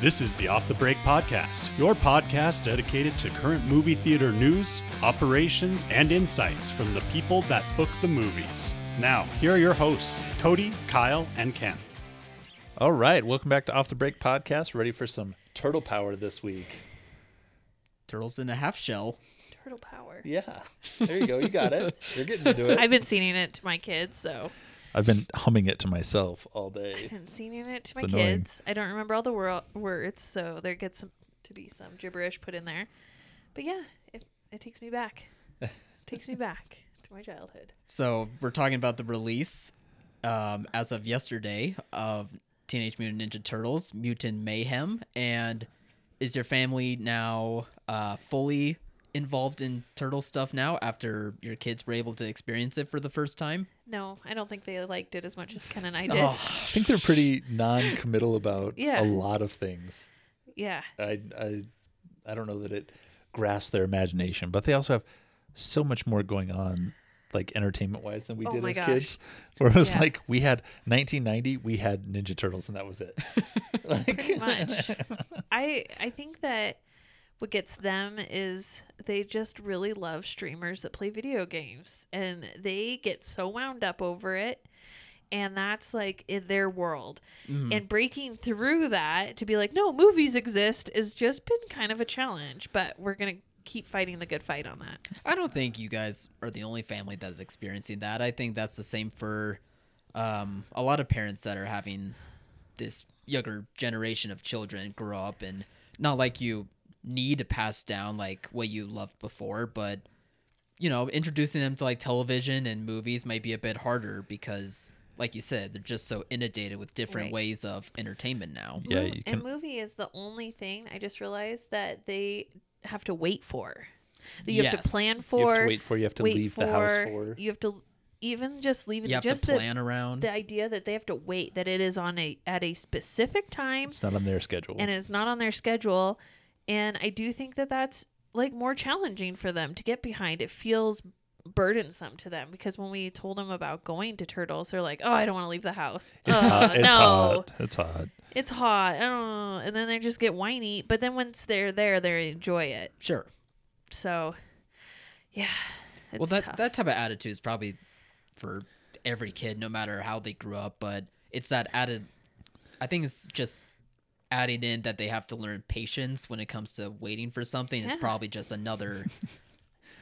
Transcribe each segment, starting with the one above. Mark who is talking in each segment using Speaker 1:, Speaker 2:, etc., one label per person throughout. Speaker 1: This is the Off the Break Podcast, your podcast dedicated to current movie theater news, operations, and insights from the people that book the movies. Now, here are your hosts, Cody, Kyle, and Ken.
Speaker 2: All right, welcome back to Off the Break podcast. Ready for some turtle power this week?
Speaker 3: Turtles in a half shell.
Speaker 4: Turtle power.
Speaker 2: Yeah, there you go. You got it. You're getting to do it.
Speaker 4: I've been singing it to my kids, so
Speaker 2: I've been humming it to myself all
Speaker 4: I've
Speaker 2: day.
Speaker 4: been singing it to my
Speaker 2: It's annoying.
Speaker 4: kids. I don't remember all the wor- words, so there gets some, to be some gibberish put in there. But yeah, it, it takes me back. takes me back to my childhood.
Speaker 3: So we're talking about the release um, as of yesterday of Teenage Mutant Ninja Turtles: Mutant Mayhem. And is your family now uh, fully involved in turtle stuff now after your kids were able to experience it for the first time?
Speaker 4: No, I don't think they liked it as much as Ken and I did.
Speaker 2: I think they're pretty non-committal about
Speaker 4: Yeah.
Speaker 2: a lot of things.
Speaker 4: Yeah.
Speaker 2: I, I, I don't know that it grasps their imagination, but they also have so much more going on, like entertainment-wise, than we
Speaker 4: Oh
Speaker 2: did
Speaker 4: my
Speaker 2: as
Speaker 4: gosh.
Speaker 2: kids. Where it was
Speaker 4: Yeah.
Speaker 2: like we had 1990, we had Ninja Turtles, and that was it.
Speaker 4: pretty much. I I think that what gets them is they just really love streamers that play video games and they get so wound up over it and that's like in their world. And breaking through that to be like no movies exist is just been kind of a challenge, but we're going to keep fighting the good fight on that.
Speaker 3: I don't think you guys are the only family that's experiencing that. I think that's the same for um, a lot of parents that are having this younger generation of children grow up and not like you need to pass down like what you loved before, but you know, introducing them to like television and movies might be a bit harder because like you said, they're just so inundated with different
Speaker 4: Right.
Speaker 3: ways of entertainment now.
Speaker 2: Yeah,
Speaker 4: Mo-
Speaker 2: you can-
Speaker 4: And movie is the only thing I just realized that they have to wait for. That you have to
Speaker 3: Yes.
Speaker 4: plan for.
Speaker 2: you have to wait for. You have to
Speaker 4: wait
Speaker 2: leave the house for.
Speaker 4: You have to even just leave
Speaker 3: You have
Speaker 4: just
Speaker 3: to plan around.
Speaker 4: the, the idea that they have to wait that it is on a at a specific time
Speaker 2: It's not on their schedule.
Speaker 4: and it's not on their schedule and I do think that that's like more challenging for them to get behind. It feels burdensome to them because when we told them about going to turtles they're like, "Oh, I don't want to leave the house."
Speaker 2: It's
Speaker 4: Ugh,
Speaker 2: hot. It's
Speaker 4: Uh, no.
Speaker 2: hot. It's hot.
Speaker 4: It's hot. Oh, and then they just get whiny, but then once they're there, they enjoy it.
Speaker 3: sure.
Speaker 4: So, yeah. It's
Speaker 3: well that
Speaker 4: tough.
Speaker 3: that type of attitude is probably for every kid no matter how they grew up but it's that added i think it's just adding in that they have to learn patience when it comes to waiting for something it's
Speaker 4: Yeah.
Speaker 3: probably just another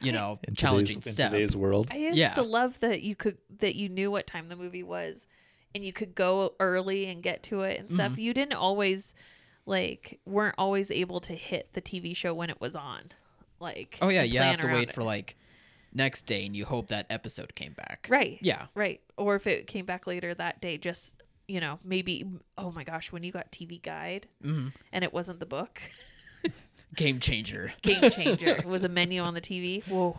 Speaker 3: you know
Speaker 2: In
Speaker 3: challenging
Speaker 2: today's,
Speaker 3: step
Speaker 2: in today's world.
Speaker 4: I used
Speaker 3: Yeah.
Speaker 4: to love that you could that you knew what time the movie was and you could go early and get to it and
Speaker 3: Mm-hmm.
Speaker 4: stuff. You didn't always like weren't always able to hit the TV show when it was on. Like
Speaker 3: oh yeah
Speaker 4: and
Speaker 3: you have
Speaker 4: plan
Speaker 3: to
Speaker 4: around
Speaker 3: wait
Speaker 4: it.
Speaker 3: for like next day and you hope that episode came back
Speaker 4: Right.
Speaker 3: yeah
Speaker 4: Right. Or if it came back later that day just you know, maybe oh my gosh, when you got TV guide
Speaker 3: Mm-hmm.
Speaker 4: and it wasn't the book.
Speaker 3: game changer
Speaker 4: Game changer. it was a menu on the TV. Whoa.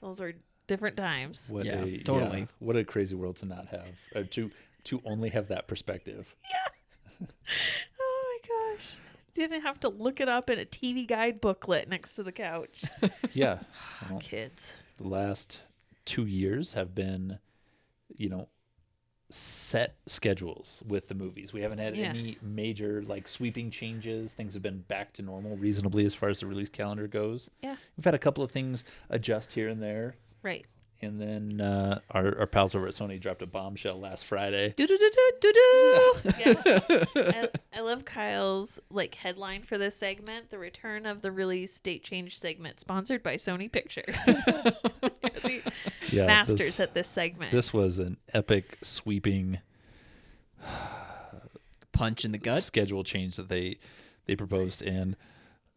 Speaker 4: Those were different times.
Speaker 2: What
Speaker 3: Yeah,
Speaker 2: a,
Speaker 3: totally.
Speaker 2: yeah, what a crazy world to not have, or to to only have that perspective.
Speaker 4: Oh my gosh. Didn't have to look it up in a TV guide booklet next to the couch.
Speaker 2: Yeah, Well,
Speaker 4: Kids.
Speaker 2: the last two years have been, you know, set schedules with the movies. We haven't had
Speaker 4: Yeah.
Speaker 2: any major like sweeping changes. Things have been back to normal reasonably as far as the release calendar goes.
Speaker 4: Yeah.
Speaker 2: We've had a couple of things adjust here and there.
Speaker 4: Right.
Speaker 2: And then uh, our, our pals over at Sony dropped a bombshell last Friday.
Speaker 3: Do-do-do-do-do-do.
Speaker 4: Yeah. I, I love Kyle's like headline for this segment, the return of the release date change segment sponsored by Sony Pictures. You're the
Speaker 2: Yeah,
Speaker 4: masters
Speaker 2: this-
Speaker 4: at this segment.
Speaker 2: This was an epic, sweeping
Speaker 3: punch in the gut
Speaker 2: schedule change that they they proposed, and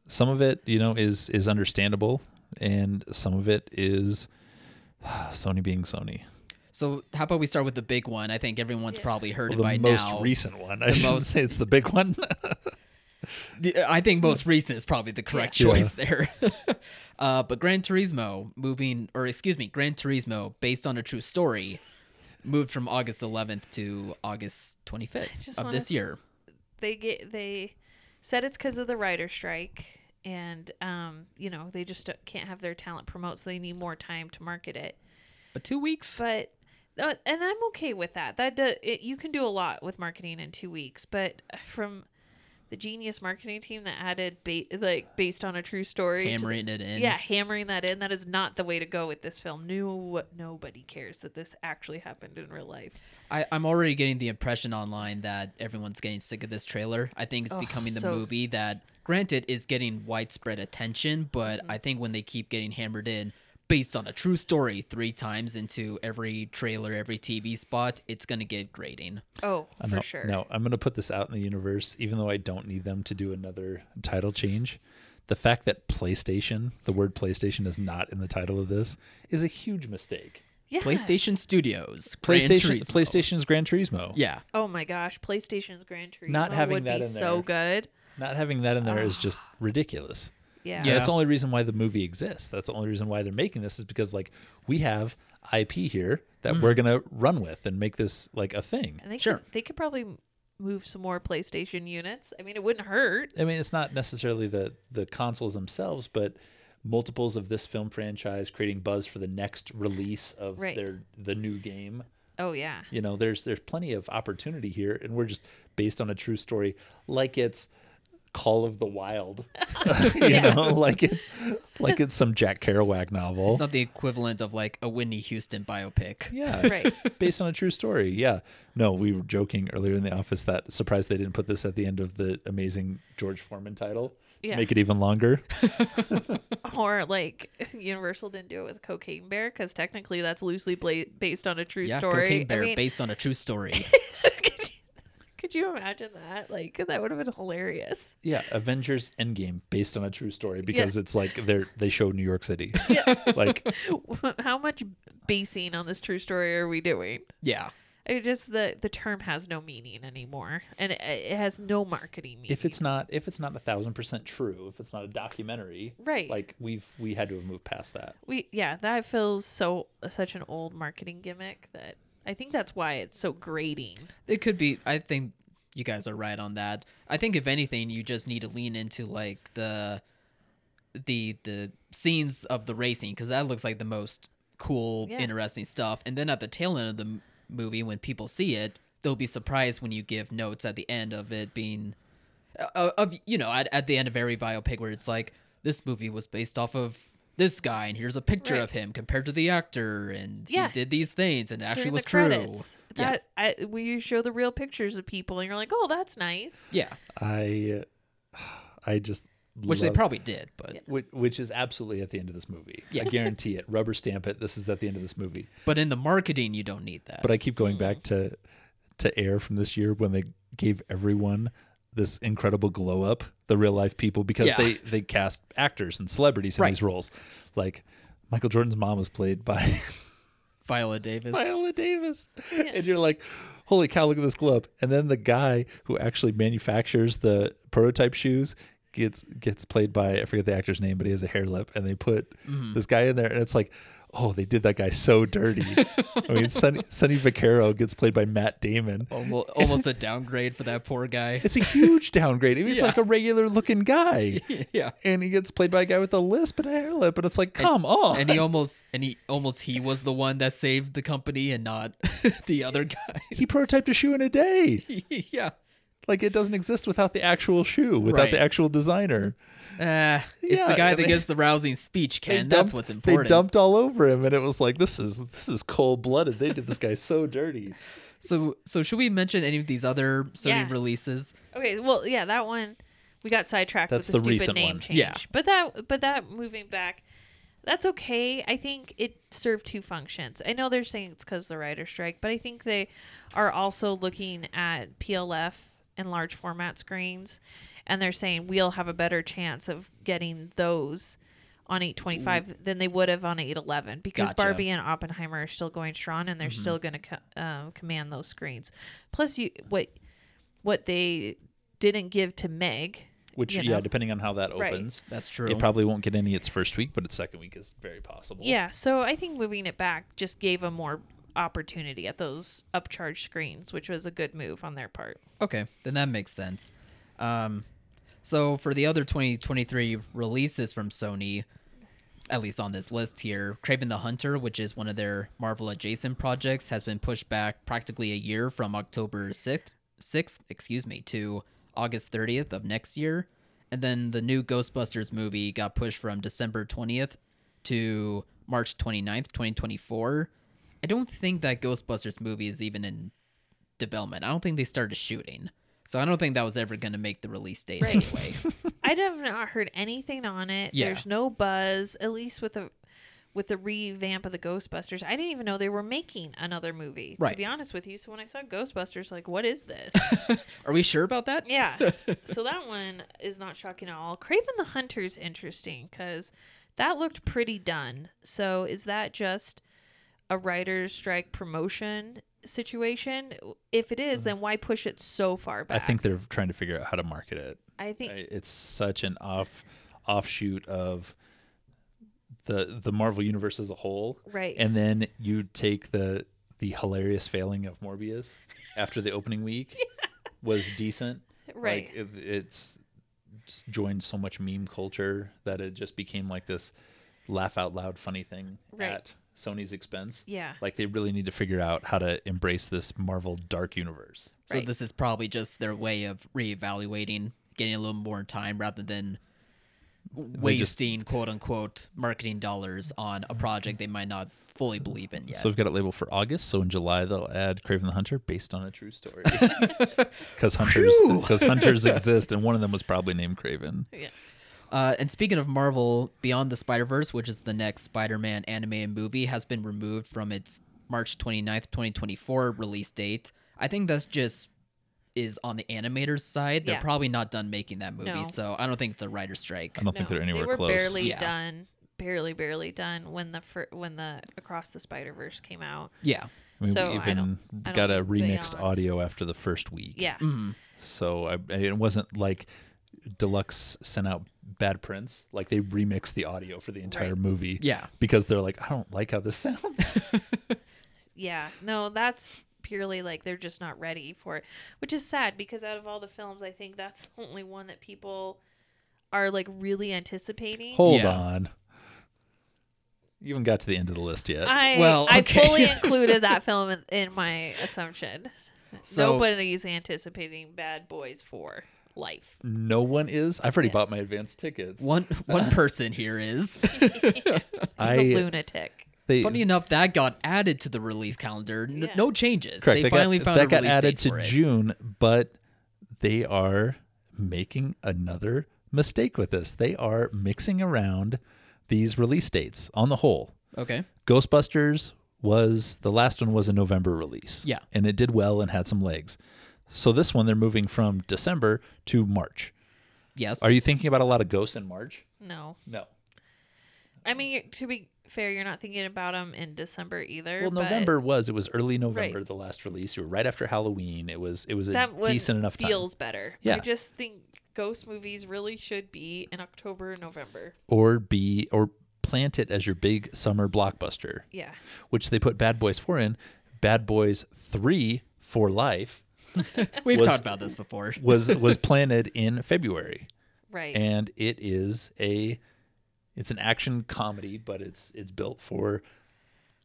Speaker 2: some of it, you know, is is understandable, and some of it is Sony being Sony.
Speaker 3: so how about we start with the big one i think everyone's probably heard
Speaker 2: Well,
Speaker 3: it by
Speaker 2: the most
Speaker 3: now
Speaker 2: recent one. I should
Speaker 3: most-
Speaker 2: say it's the big one.
Speaker 3: The- uh, I think most recent is probably the correct
Speaker 2: Yeah.
Speaker 3: choice there. uh, but Gran Turismo moving, or excuse me, Gran Turismo based on a true story, moved from August 11th to August 25th
Speaker 4: just
Speaker 3: of
Speaker 4: wanna
Speaker 3: this
Speaker 4: s-
Speaker 3: year.
Speaker 4: they get they said it's because of the writer strike and um, you know, they just can't have their talent promote so they need more time to market it.
Speaker 3: But two weeks.
Speaker 4: but uh, and I'm okay with that. That do, it, you can do a lot with marketing in two weeks, but uh, from the genius marketing team that added ba- like based on a true story. to the-
Speaker 3: hammering it in.
Speaker 4: yeah, hammering that in. That is not the way to go with this film. No, nobody cares that this actually happened in real life.
Speaker 3: I, I'm already getting the impression online that everyone's getting sick of this trailer. I think it's
Speaker 4: Ugh,
Speaker 3: becoming the
Speaker 4: so-
Speaker 3: movie that, granted, is getting widespread attention, but
Speaker 4: Mm-hmm.
Speaker 3: I think when they keep getting hammered in based on a true story three times into every trailer, every TV spot, it's going to get grating.
Speaker 4: Oh,
Speaker 2: Uh,
Speaker 4: for
Speaker 2: no,
Speaker 4: sure.
Speaker 2: No, I'm going to put this out in the universe, even though I don't need them to do another title change. The fact that PlayStation, the word PlayStation, is not in the title of this is a huge mistake.
Speaker 4: Yeah.
Speaker 3: PlayStation Studios. Gran
Speaker 2: PlayStation,
Speaker 3: Turismo.
Speaker 2: PlayStation's Gran Turismo.
Speaker 3: Yeah.
Speaker 4: Oh my gosh, PlayStation's Gran Turismo
Speaker 2: Not having
Speaker 4: would
Speaker 2: that
Speaker 4: be
Speaker 2: in
Speaker 4: so good.
Speaker 2: Not having that in there is just ridiculous.
Speaker 4: Yeah.
Speaker 2: And That's the only reason why the movie exists. That's the only reason why they're making this is because like we have IP here that we're gonna run with and make this like a thing.
Speaker 4: And they
Speaker 3: Sure.
Speaker 4: could, they could probably move some more PlayStation units. I mean, it wouldn't hurt.
Speaker 2: I mean, it's not necessarily the the consoles themselves, but multiples of this film franchise creating buzz for the next release of
Speaker 4: Right.
Speaker 2: their the new game.
Speaker 4: Oh yeah.
Speaker 2: You know, there's there's plenty of opportunity here, and we're just based on a true story, like it's Call of the Wild. you know, like it's like it's some Jack Kerouac novel.
Speaker 3: It's not the equivalent of like a Whitney Houston biopic.
Speaker 2: yeah,
Speaker 4: Right.
Speaker 2: based on a true story. Yeah. No, we were joking earlier in the office that surprised they didn't put this at the end of the amazing George Foreman title to
Speaker 4: Yeah.
Speaker 2: make it even longer.
Speaker 4: or like Universal didn't do it with Cocaine Bear because technically that's loosely bla- based on a true
Speaker 3: Yeah,
Speaker 4: story.
Speaker 3: Cocaine Bear
Speaker 4: I mean,
Speaker 3: based on a true story.
Speaker 4: could, you, could you imagine that? Like that would have been hilarious.
Speaker 2: Yeah, Avengers Endgame based on a true story because it's like they are they show New York City.
Speaker 4: Yeah.
Speaker 2: like
Speaker 4: How much basing on this true story are we doing?
Speaker 3: yeah.
Speaker 4: I just the the term has no meaning anymore, and it, it has no marketing meaning.
Speaker 2: if it's not if it's not a thousand percent true, if it's not a documentary,
Speaker 4: Right.
Speaker 2: Like we've we had to have moved past that.
Speaker 4: we yeah, that feels so such an old marketing gimmick that I think that's why it's so grating.
Speaker 3: It could be. I think you guys are right on that. I think if anything, you just need to lean into like the the the scenes of the racing because that looks like the most cool,
Speaker 4: Yeah.
Speaker 3: interesting stuff. And then at the tail end of the m- movie, when people see it, they'll be surprised when you give notes at the end of it being uh, of you know at, at the end of every biopic where it's like this movie was based off of this guy and here's a picture
Speaker 4: Right.
Speaker 3: of him compared to the actor and
Speaker 4: Yeah.
Speaker 3: he did these things and it actually
Speaker 4: During
Speaker 3: was
Speaker 4: the
Speaker 3: true.
Speaker 4: credits,
Speaker 3: Yeah.
Speaker 4: that I, when you show the real pictures of people, and you're like, oh, that's nice.
Speaker 3: Yeah.
Speaker 2: I I just
Speaker 3: which they
Speaker 2: love-
Speaker 3: probably did, but
Speaker 2: which, which is absolutely at the end of this movie.
Speaker 3: Yeah.
Speaker 2: I guarantee it. Rubber stamp it. This is at the end of this movie.
Speaker 3: but in the marketing, you don't need that.
Speaker 2: But I keep going back to to air from this year when they gave everyone this incredible glow up, the real life people, because
Speaker 3: Yeah.
Speaker 2: they they cast actors and celebrities in
Speaker 3: Right.
Speaker 2: these roles. Like Michael Jordan's mom was played by
Speaker 3: Viola Davis,
Speaker 2: Viola Davis, and you're like, holy cow, look at this glow up. And then the guy who actually manufactures the prototype shoes. Gets gets played by I forget the actor's name, but he has a hair lip, and they put
Speaker 3: Mm-hmm.
Speaker 2: this guy in there, and it's like, oh, they did that guy so dirty. I mean, Sonny, Sonny Vaccaro gets played by Matt Damon,
Speaker 3: almost, almost a downgrade for that poor guy.
Speaker 2: It's a huge downgrade. He's
Speaker 3: Yeah.
Speaker 2: like a regular looking guy.
Speaker 3: yeah,
Speaker 2: And he gets played by a guy with a lisp and a hair lip, and it's like, come on.
Speaker 3: and he almost, and he almost, he was the one that saved the company and not the other guy.
Speaker 2: he prototyped a shoe in a day.
Speaker 3: yeah,
Speaker 2: Like it doesn't exist without the actual shoe, without the
Speaker 3: Right.
Speaker 2: actual designer.
Speaker 3: uh, it's
Speaker 2: Yeah,
Speaker 3: the guy
Speaker 2: and
Speaker 3: that
Speaker 2: they-
Speaker 3: gets the rousing speech,
Speaker 2: They
Speaker 3: Ken.
Speaker 2: dumped-
Speaker 3: That's what's important.
Speaker 2: They dumped all over him, and it was like, this is this is cold blooded. They did this guy so dirty.
Speaker 3: So, so should we mention any of these other Sony
Speaker 4: Yeah.
Speaker 3: releases?
Speaker 4: Okay, well, yeah, that one we got sidetracked
Speaker 2: That's
Speaker 4: with the,
Speaker 2: the
Speaker 4: stupid
Speaker 2: recent
Speaker 4: name
Speaker 2: one.
Speaker 4: change.
Speaker 3: Yeah.
Speaker 4: But that but that moving back, that's okay. I think it served two functions. I know they're saying it's cuz the writer strike, but I think they are also looking at PLF and large format screens and they're saying we'll have a better chance of getting those on 825 than they would have on 811 because
Speaker 3: Mm. Gotcha. Mm-hmm.
Speaker 4: Barbie and Oppenheimer are still going strong and they're still going to co- um, command those screens. Plus you what what they didn't give to Meg.
Speaker 2: Which,
Speaker 4: You
Speaker 2: yeah,
Speaker 4: know.
Speaker 2: depending on how that
Speaker 4: Right.
Speaker 2: opens,
Speaker 3: That's true.
Speaker 2: it probably won't get any its first week, but its second week is very possible.
Speaker 4: Yeah, so I think moving it back just gave them more opportunity at those upcharge screens, which was a good move on their part.
Speaker 3: Okay, then that makes sense. Um, so for the other 2023 releases from Sony, at least on this list here, Craven the Hunter, which is one of their Marvel adjacent projects, has been pushed back practically a year from October 6th, 6th, excuse me, to August 30th of next year. And then the new Ghostbusters movie got pushed from December 20th to March 29th, 2024. I don't think that Ghostbusters movie is even in development. I don't think they started shooting. So I don't think that was ever going to make the release date
Speaker 4: Right.
Speaker 3: anyway.
Speaker 4: I have not heard anything on it.
Speaker 3: Yeah.
Speaker 4: There's no buzz, at least with the with the revamp of the Ghostbusters. I didn't even know they were making another movie.
Speaker 3: Right.
Speaker 4: To be honest with you, so when I saw Ghostbusters, like, what is this?
Speaker 3: Are we sure about that?
Speaker 4: yeah. So that one is not shocking at all. Craven the Hunter's interesting because that looked pretty done. So is that just a writer's strike promotion situation? If it is, then why push it so far
Speaker 2: Mm-hmm. I
Speaker 4: back?
Speaker 2: think they're trying to figure out how to market it.
Speaker 4: I think
Speaker 2: I- It's such an off offshoot of the the Marvel universe as a whole.
Speaker 4: right.
Speaker 2: And then you take the the hilarious failing of Morbius after the opening week was decent.
Speaker 4: right.
Speaker 2: Like it, it's just joined so much meme culture that it just became like this laugh out loud funny thing
Speaker 4: Right.
Speaker 2: at Sony's expense.
Speaker 4: yeah.
Speaker 2: Like they really need to figure out how to embrace this Marvel dark universe.
Speaker 3: So
Speaker 4: Right.
Speaker 3: this is probably just their way of reevaluating, getting a little more time rather than
Speaker 2: just-
Speaker 3: wasting quote unquote marketing dollars on a project they might not fully believe in yet.
Speaker 2: So we've got it labeled for August. So in July they'll add Craven the Hunter based on a true story. Because hunters, because hunters exist, and one of them was probably named Craven.
Speaker 4: Yeah.
Speaker 3: Uh, and speaking of Marvel, Beyond the Spider Verse, which is the next Spider Man animated movie, has been removed from its March 29th, 2024 release date. I think that's just is on the animator's side. They're
Speaker 4: Yeah.
Speaker 3: probably not done making that movie,
Speaker 4: No.
Speaker 3: so I don't think it's a writer's strike.
Speaker 2: I don't think
Speaker 4: No,
Speaker 2: they're anywhere
Speaker 4: they were
Speaker 2: close.
Speaker 4: barely
Speaker 3: Yeah.
Speaker 4: done, barely, barely done when the fir- when the Across the Spider Verse came out.
Speaker 3: Yeah.
Speaker 2: I mean,
Speaker 4: so
Speaker 2: we
Speaker 4: I
Speaker 2: even
Speaker 4: don't- I don't
Speaker 2: got a
Speaker 4: think
Speaker 2: remixed
Speaker 4: Beyond-
Speaker 2: audio after the first week.
Speaker 4: Yeah,
Speaker 3: Mhm.
Speaker 2: So I, I- it wasn't like Deluxe sent out bad prints. Like they remixed the audio for the entire movie.
Speaker 3: Yeah.
Speaker 2: Because they're like, I don't like how this sounds.
Speaker 4: yeah. No, that's purely like they're just not ready for it, which is sad because out of all the films, I think that's the only one that people are like really anticipating.
Speaker 2: Hold
Speaker 3: Yeah.
Speaker 2: on. You haven't got to the end of the list yet.
Speaker 4: I
Speaker 3: Well, okay.
Speaker 4: I fully included that film in, in my assumption.
Speaker 3: So
Speaker 4: Nobody's anticipating Bad Boys for life.
Speaker 2: no one is. I've already bought my advance tickets.
Speaker 3: one one person here is.
Speaker 4: He's
Speaker 2: I
Speaker 4: a lunatic.
Speaker 2: they,
Speaker 3: Funny enough, that got added to the release calendar. N-
Speaker 4: Yeah.
Speaker 3: No changes.
Speaker 2: correct.
Speaker 3: They, finally
Speaker 2: got,
Speaker 3: found
Speaker 2: that
Speaker 3: a
Speaker 2: got
Speaker 3: release
Speaker 2: added
Speaker 3: date
Speaker 2: to
Speaker 3: for it.
Speaker 2: June, but they are making another mistake with this. They are mixing around these release dates on the whole.
Speaker 3: Okay.
Speaker 2: Ghostbusters was the last one was a November release.
Speaker 3: Yeah.
Speaker 2: And it did well and had some legs. So this one they're moving from December to March.
Speaker 3: Yes.
Speaker 2: Are you thinking about a lot of ghosts in March?
Speaker 4: No.
Speaker 2: No.
Speaker 4: I mean, you- to be fair, you're not thinking about them in December either.
Speaker 2: Well,
Speaker 4: but
Speaker 2: November was it was early November
Speaker 4: Right.
Speaker 2: the last release. You were right after Halloween. It was it was a
Speaker 4: that one
Speaker 2: decent enough time.
Speaker 4: feels better.
Speaker 2: Yeah.
Speaker 4: I just think ghost movies really should be in October and November.
Speaker 2: Or be or plant it as your big summer blockbuster,
Speaker 4: Yeah,
Speaker 2: which they put Bad Boys 4 in. Bad Boys 3 for life
Speaker 3: We've
Speaker 2: was-
Speaker 3: talked about this before.
Speaker 2: was was planted in February.
Speaker 4: right.
Speaker 2: and it is a it's an action comedy but it's it's built for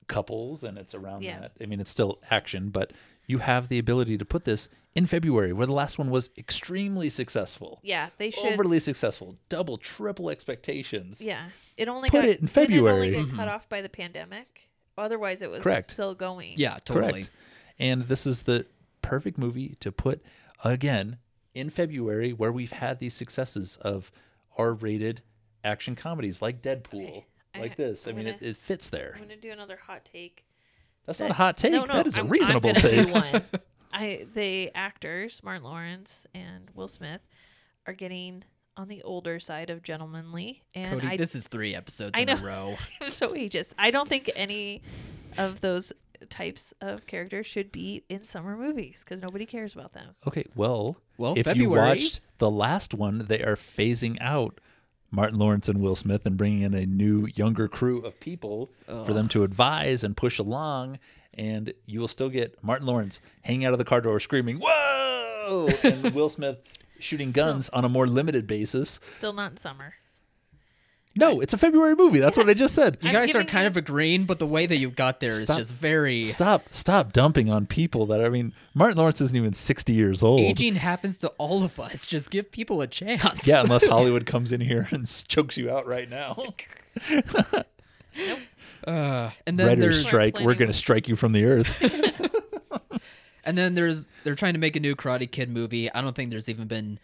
Speaker 2: couples and it's around
Speaker 4: Yeah.
Speaker 2: that i mean it's still action but you have the ability to put this in february where the last one was extremely successful
Speaker 4: yeah, they should.
Speaker 2: overly successful double triple expectations
Speaker 4: yeah, it only
Speaker 2: Put
Speaker 4: got,
Speaker 2: it in
Speaker 4: didn't
Speaker 2: February.
Speaker 4: It
Speaker 3: Mm-hmm.
Speaker 4: only get cut off by the pandemic. Otherwise, it was
Speaker 2: Correct.
Speaker 4: still going.
Speaker 3: Yeah, totally.
Speaker 2: correct and this is the perfect movie to put again in february where we've had these successes of r-rated action comedies like deadpool
Speaker 4: Okay. I-
Speaker 2: like this i
Speaker 4: I'm
Speaker 2: mean it,
Speaker 4: gonna-
Speaker 2: it fits there
Speaker 4: I'm gonna do another hot take.
Speaker 2: That's
Speaker 4: that-
Speaker 2: not a hot take.
Speaker 4: No, no,
Speaker 2: that is a
Speaker 4: I'm- I'm
Speaker 2: reasonable
Speaker 4: gonna do
Speaker 2: take.
Speaker 4: one. I the actors Martin Lawrence and Will Smith are getting on the older side of gentlemanly, and
Speaker 3: Cody,
Speaker 4: I
Speaker 3: this is three episodes
Speaker 4: I
Speaker 3: in a
Speaker 4: know.
Speaker 3: row.
Speaker 4: I'm so ageist. I don't think any of those types of characters should be in summer movies because nobody cares about them.
Speaker 2: Okay, well,
Speaker 3: Well,
Speaker 2: if you
Speaker 3: February-
Speaker 2: watched the last one, they are phasing out Martin Lawrence and Will Smith and bringing in a new, younger crew of people for them to advise and push along. And you will still get Martin Lawrence hanging out of the car door screaming, Whoa! and Will Smith shooting guns on a more limited basis.
Speaker 4: Still not in summer.
Speaker 2: No, it's a February movie. That's what I just said.
Speaker 3: You
Speaker 4: I'm
Speaker 3: guys are
Speaker 4: giving
Speaker 3: kind
Speaker 4: you-
Speaker 3: of agreeing, but the way that you got there is
Speaker 2: Stop.
Speaker 3: just very.
Speaker 2: Stop, stop dumping on people that I mean. Martin Lawrence isn't even sixty years old.
Speaker 3: Aging happens to all of us. Just give people a chance.
Speaker 2: Yeah, unless Hollywood comes in here and chokes you out right
Speaker 3: Oh,
Speaker 2: now.
Speaker 3: Uh, and then
Speaker 2: Writers
Speaker 3: there's
Speaker 2: strike. We're
Speaker 4: Planning.
Speaker 2: gonna strike you from the earth.
Speaker 3: and then there's they're trying to make a new Karate Kid movie. I don't think there's even been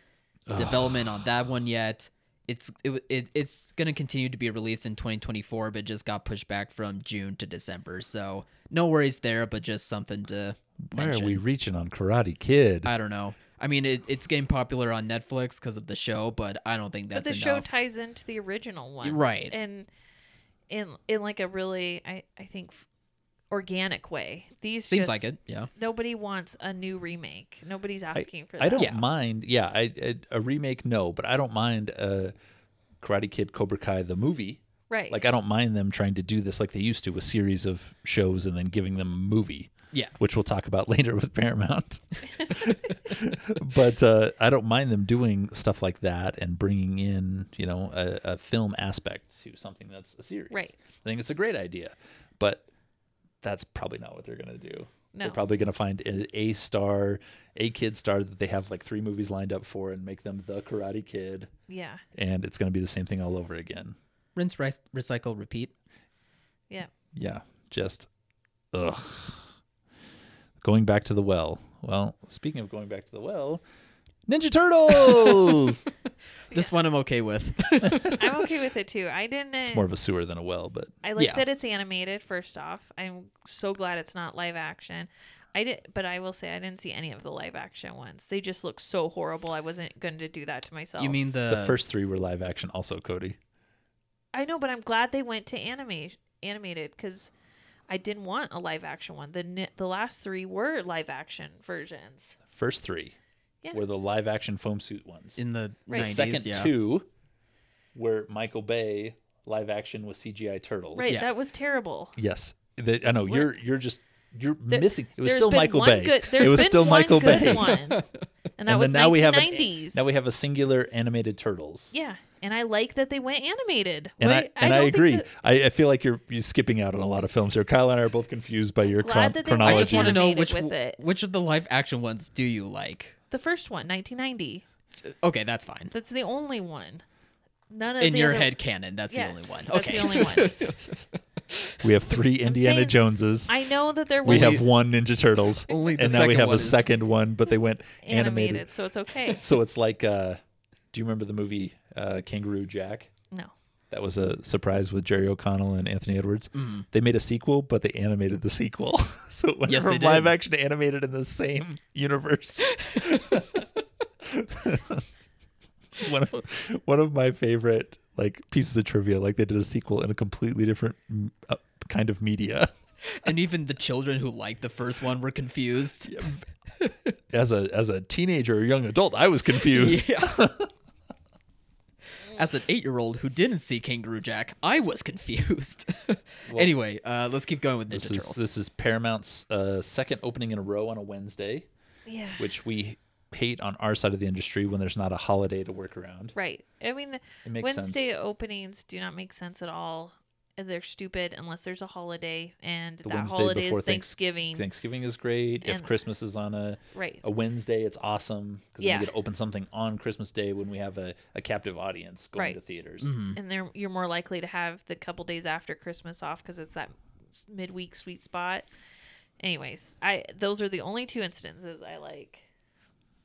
Speaker 3: development on that one yet. It's it, it it's going to continue to be released in 2024, but just got pushed back from June to December. So no worries there, but just something to
Speaker 2: Why are
Speaker 3: mention.
Speaker 2: we reaching on Karate Kid?
Speaker 3: I don't know. I mean, it, it's getting popular on Netflix because of the show, but I don't think that's
Speaker 4: but the show
Speaker 3: enough.
Speaker 4: ties into the original one
Speaker 3: Right.
Speaker 4: and in in like a really i i think f- organic way these
Speaker 3: Seems
Speaker 4: just-
Speaker 3: like it. Yeah.
Speaker 4: nobody wants a new remake nobody's asking for that
Speaker 2: I don't
Speaker 3: Yeah.
Speaker 2: mind. Yeah, I, I a remake, no, but I don't mind uh, Karate Kid Cobra Kai the movie.
Speaker 4: right
Speaker 2: Like I don't mind them trying to do this like they used to, a series of shows and then giving them a movie.
Speaker 3: Yeah.
Speaker 2: Which we'll talk about later with Paramount. but uh, I don't mind them doing stuff like that and bringing in, you know, a, a film aspect to something that's a series.
Speaker 4: Right.
Speaker 2: I think it's a great idea, but that's probably not what they're going to do.
Speaker 4: No.
Speaker 2: They're probably going to find a, a star, a kid star that they have like three movies lined up for and make them the Karate Kid.
Speaker 4: yeah
Speaker 2: And it's going to be the same thing all over again.
Speaker 3: Rinse, rice, recycle, repeat.
Speaker 4: yeah
Speaker 2: Yeah, just ugh. Going back to the well. Well, speaking of going back to the well, Ninja Turtles.
Speaker 3: This one I'm okay with.
Speaker 4: i'm okay with it too i didn't
Speaker 2: it's more of a sewer than a well, but
Speaker 4: i like
Speaker 3: yeah.
Speaker 4: that it's animated first off i'm so glad it's not live action I did, but I will say I didn't see any of the live action ones. They just look so horrible. I wasn't going to do that to myself.
Speaker 3: you mean the,
Speaker 2: the first three were live action. Also, Cody.
Speaker 4: I know, but I'm glad they went to anime animated because I didn't want a live action one. The ni- the last three were live action versions.
Speaker 2: First three
Speaker 4: Yeah.
Speaker 2: were the live action foam suit ones.
Speaker 3: in the
Speaker 4: Right.
Speaker 3: 90s?
Speaker 2: Second
Speaker 3: yeah.
Speaker 2: two were Michael Bay live action with CGI turtles.
Speaker 4: Right,
Speaker 3: Yeah.
Speaker 4: that was terrible.
Speaker 2: Yes. The- I know
Speaker 4: What?
Speaker 2: you're you're just you're
Speaker 4: There-
Speaker 2: missing. It was
Speaker 4: there's
Speaker 2: still
Speaker 4: been
Speaker 2: Michael
Speaker 4: one
Speaker 2: Bay.
Speaker 4: Good,
Speaker 2: it
Speaker 4: there's
Speaker 2: was
Speaker 4: been
Speaker 2: still
Speaker 4: one
Speaker 2: Michael
Speaker 4: good
Speaker 2: Bay.
Speaker 4: one. And that
Speaker 2: and
Speaker 4: was
Speaker 2: then now we have an-
Speaker 4: 1990s.
Speaker 2: now we have a singular animated turtles.
Speaker 4: yeah, and I like that they went animated.
Speaker 2: And
Speaker 4: Wait,
Speaker 2: I and I,
Speaker 4: don't think
Speaker 2: agree.
Speaker 4: that-
Speaker 2: I, I feel like you're you're skipping out on a lot of films here. Kyle and I are both confused by your
Speaker 4: Glad
Speaker 2: chron-
Speaker 4: that they
Speaker 3: I
Speaker 4: Knowledge
Speaker 3: just
Speaker 2: chronology.
Speaker 3: want to know
Speaker 4: animated
Speaker 3: which
Speaker 4: with it.
Speaker 3: which of the live action ones do you like?
Speaker 4: the first one, 1990.
Speaker 3: Okay, that's fine.
Speaker 4: That's the only one. None of
Speaker 3: In
Speaker 4: the
Speaker 3: your
Speaker 4: other-
Speaker 3: head canon, that's
Speaker 4: Yeah,
Speaker 3: the only one. Okay.
Speaker 4: That's the only one.
Speaker 2: we have three Indiana
Speaker 4: saying-
Speaker 2: Joneses.
Speaker 4: I know that there
Speaker 2: we
Speaker 4: was
Speaker 2: have one Ninja Turtles,
Speaker 3: Only the
Speaker 2: and now we
Speaker 3: second
Speaker 2: have a
Speaker 3: one is-
Speaker 2: second one. But they went
Speaker 4: animated,
Speaker 2: animated.
Speaker 4: so it's okay.
Speaker 2: So it's like, uh, do you remember the movie uh, Kangaroo Jack?
Speaker 4: No,
Speaker 2: That was a surprise with Jerry O'Connell and Anthony Edwards.
Speaker 3: Mm-hmm.
Speaker 2: They made a sequel, but they animated the sequel. so it went
Speaker 3: Yes, they
Speaker 2: from
Speaker 3: did.
Speaker 2: live action to animated in the same universe. one, of, one of my favorite like pieces of trivia, like they did a sequel in a completely different mm, uh, kind of media.
Speaker 3: and even the children who liked the first one were confused.
Speaker 2: As a as a teenager or young adult, I was confused.
Speaker 3: Yeah. As an eight-year-old who didn't see Kangaroo Jack, I was confused. anyway, uh, let's keep going with Ninja
Speaker 2: This is
Speaker 3: Turtles.
Speaker 2: this is Paramount's uh, second opening in a row on a Wednesday.
Speaker 4: yeah.
Speaker 2: which we hate on our side of the industry when there's not a holiday to work around.
Speaker 4: Right. I mean,
Speaker 2: It makes
Speaker 4: Wednesday
Speaker 2: sense.
Speaker 4: openings do not make sense at all. They're stupid unless there's a holiday, and
Speaker 2: The
Speaker 4: that
Speaker 2: Wednesday
Speaker 4: holiday
Speaker 2: before
Speaker 4: is
Speaker 2: thanks-
Speaker 4: Thanksgiving.
Speaker 2: Thanksgiving is great. if
Speaker 4: And-
Speaker 2: Christmas is on a
Speaker 4: Right.
Speaker 2: a Wednesday, it's awesome because
Speaker 4: Yeah.
Speaker 2: we get to open something on Christmas Day when we have a, a captive audience going
Speaker 4: Right.
Speaker 2: to theaters.
Speaker 4: And they're, you're more likely to have the couple days after Christmas off because it's that s- midweek sweet spot. Anyways, I those are the only two instances I like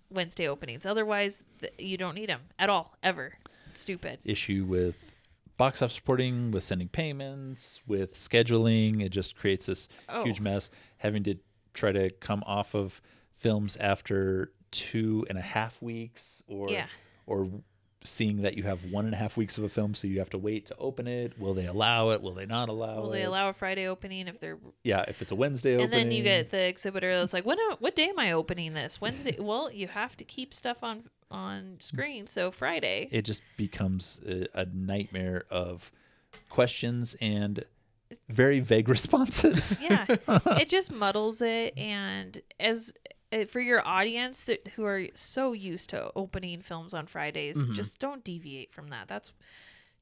Speaker 4: Wednesday openings. Otherwise, th- you don't need them at all, ever. It's stupid.
Speaker 2: Issue with box office reporting, with sending payments, with scheduling. It just creates this
Speaker 4: Oh.
Speaker 2: huge mess. Having to try to come off of films after two and a half weeks or
Speaker 4: Yeah.
Speaker 2: or seeing that you have one and a half weeks of a film, so you have to wait to open it. Will they allow it? Will they not allow
Speaker 4: Will
Speaker 2: it?
Speaker 4: they allow a Friday opening if they're
Speaker 2: yeah, if it's a Wednesday
Speaker 4: and
Speaker 2: opening.
Speaker 4: then you get the exhibitor that's like, "What what day am I opening this? Wednesday?" well, you have to keep stuff on on screen, so Friday.
Speaker 2: it just becomes a, a nightmare of questions and very vague responses.
Speaker 4: yeah, it just muddles it, and as uh, for your audience that who are so
Speaker 2: Mm-hmm.
Speaker 4: used to opening films on Fridays, just don't deviate from that. That's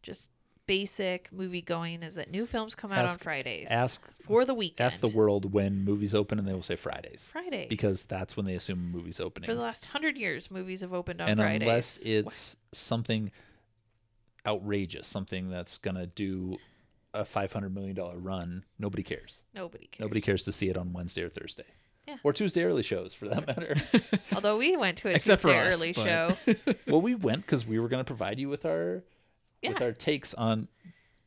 Speaker 4: just basic movie going is that new films come out on
Speaker 2: Ask-
Speaker 4: Fridays.
Speaker 2: ask-
Speaker 4: for the weekend.
Speaker 2: Ask the world when movies open, and they will say Fridays
Speaker 4: Friday.
Speaker 2: because that's when they assume movies opening.
Speaker 4: for the last hundred years, movies have opened on
Speaker 2: and
Speaker 4: Fridays.
Speaker 2: unless
Speaker 4: Wha-
Speaker 2: it's something outrageous, something that's gonna do a five hundred million dollar run, nobody cares.
Speaker 4: nobody cares.
Speaker 2: Nobody cares to see it on Wednesday or Thursday,
Speaker 4: Yeah.
Speaker 2: or Tuesday early shows for that matter.
Speaker 4: Although we went to a
Speaker 3: Except for
Speaker 4: Tuesday
Speaker 3: us,
Speaker 4: early
Speaker 3: but-
Speaker 4: show.
Speaker 2: well, we went because we were gonna provide you with our with
Speaker 4: Yeah.
Speaker 2: our takes on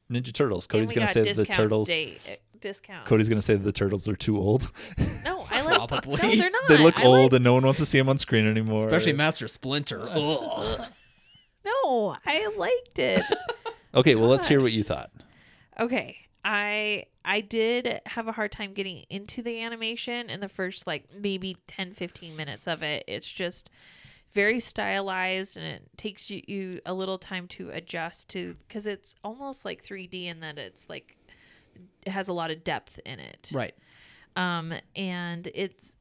Speaker 2: Ninja Turtles.
Speaker 4: And
Speaker 2: Cody's
Speaker 4: we
Speaker 2: gonna
Speaker 4: got
Speaker 2: say that the
Speaker 4: discount
Speaker 2: turtles.
Speaker 4: date- uh, discount.
Speaker 2: Cody's gonna say that the turtles are too old.
Speaker 4: no, I like. No,
Speaker 3: Probably.
Speaker 4: they're not.
Speaker 2: they look
Speaker 4: I
Speaker 2: old,
Speaker 4: Like,
Speaker 2: and no one wants to see them on screen anymore.
Speaker 3: Especially Master Splinter. Ugh.
Speaker 4: no, I liked it.
Speaker 2: Okay, well, let's hear
Speaker 4: Gosh.
Speaker 2: what you thought.
Speaker 4: Okay. I I did have a hard time getting into the animation in the first like maybe 10 15 minutes of it. It's just very stylized and it takes you, you a little time to adjust to cuz it's almost like 3D in that it's like it has a lot of depth in it.
Speaker 3: right.
Speaker 4: Um and it's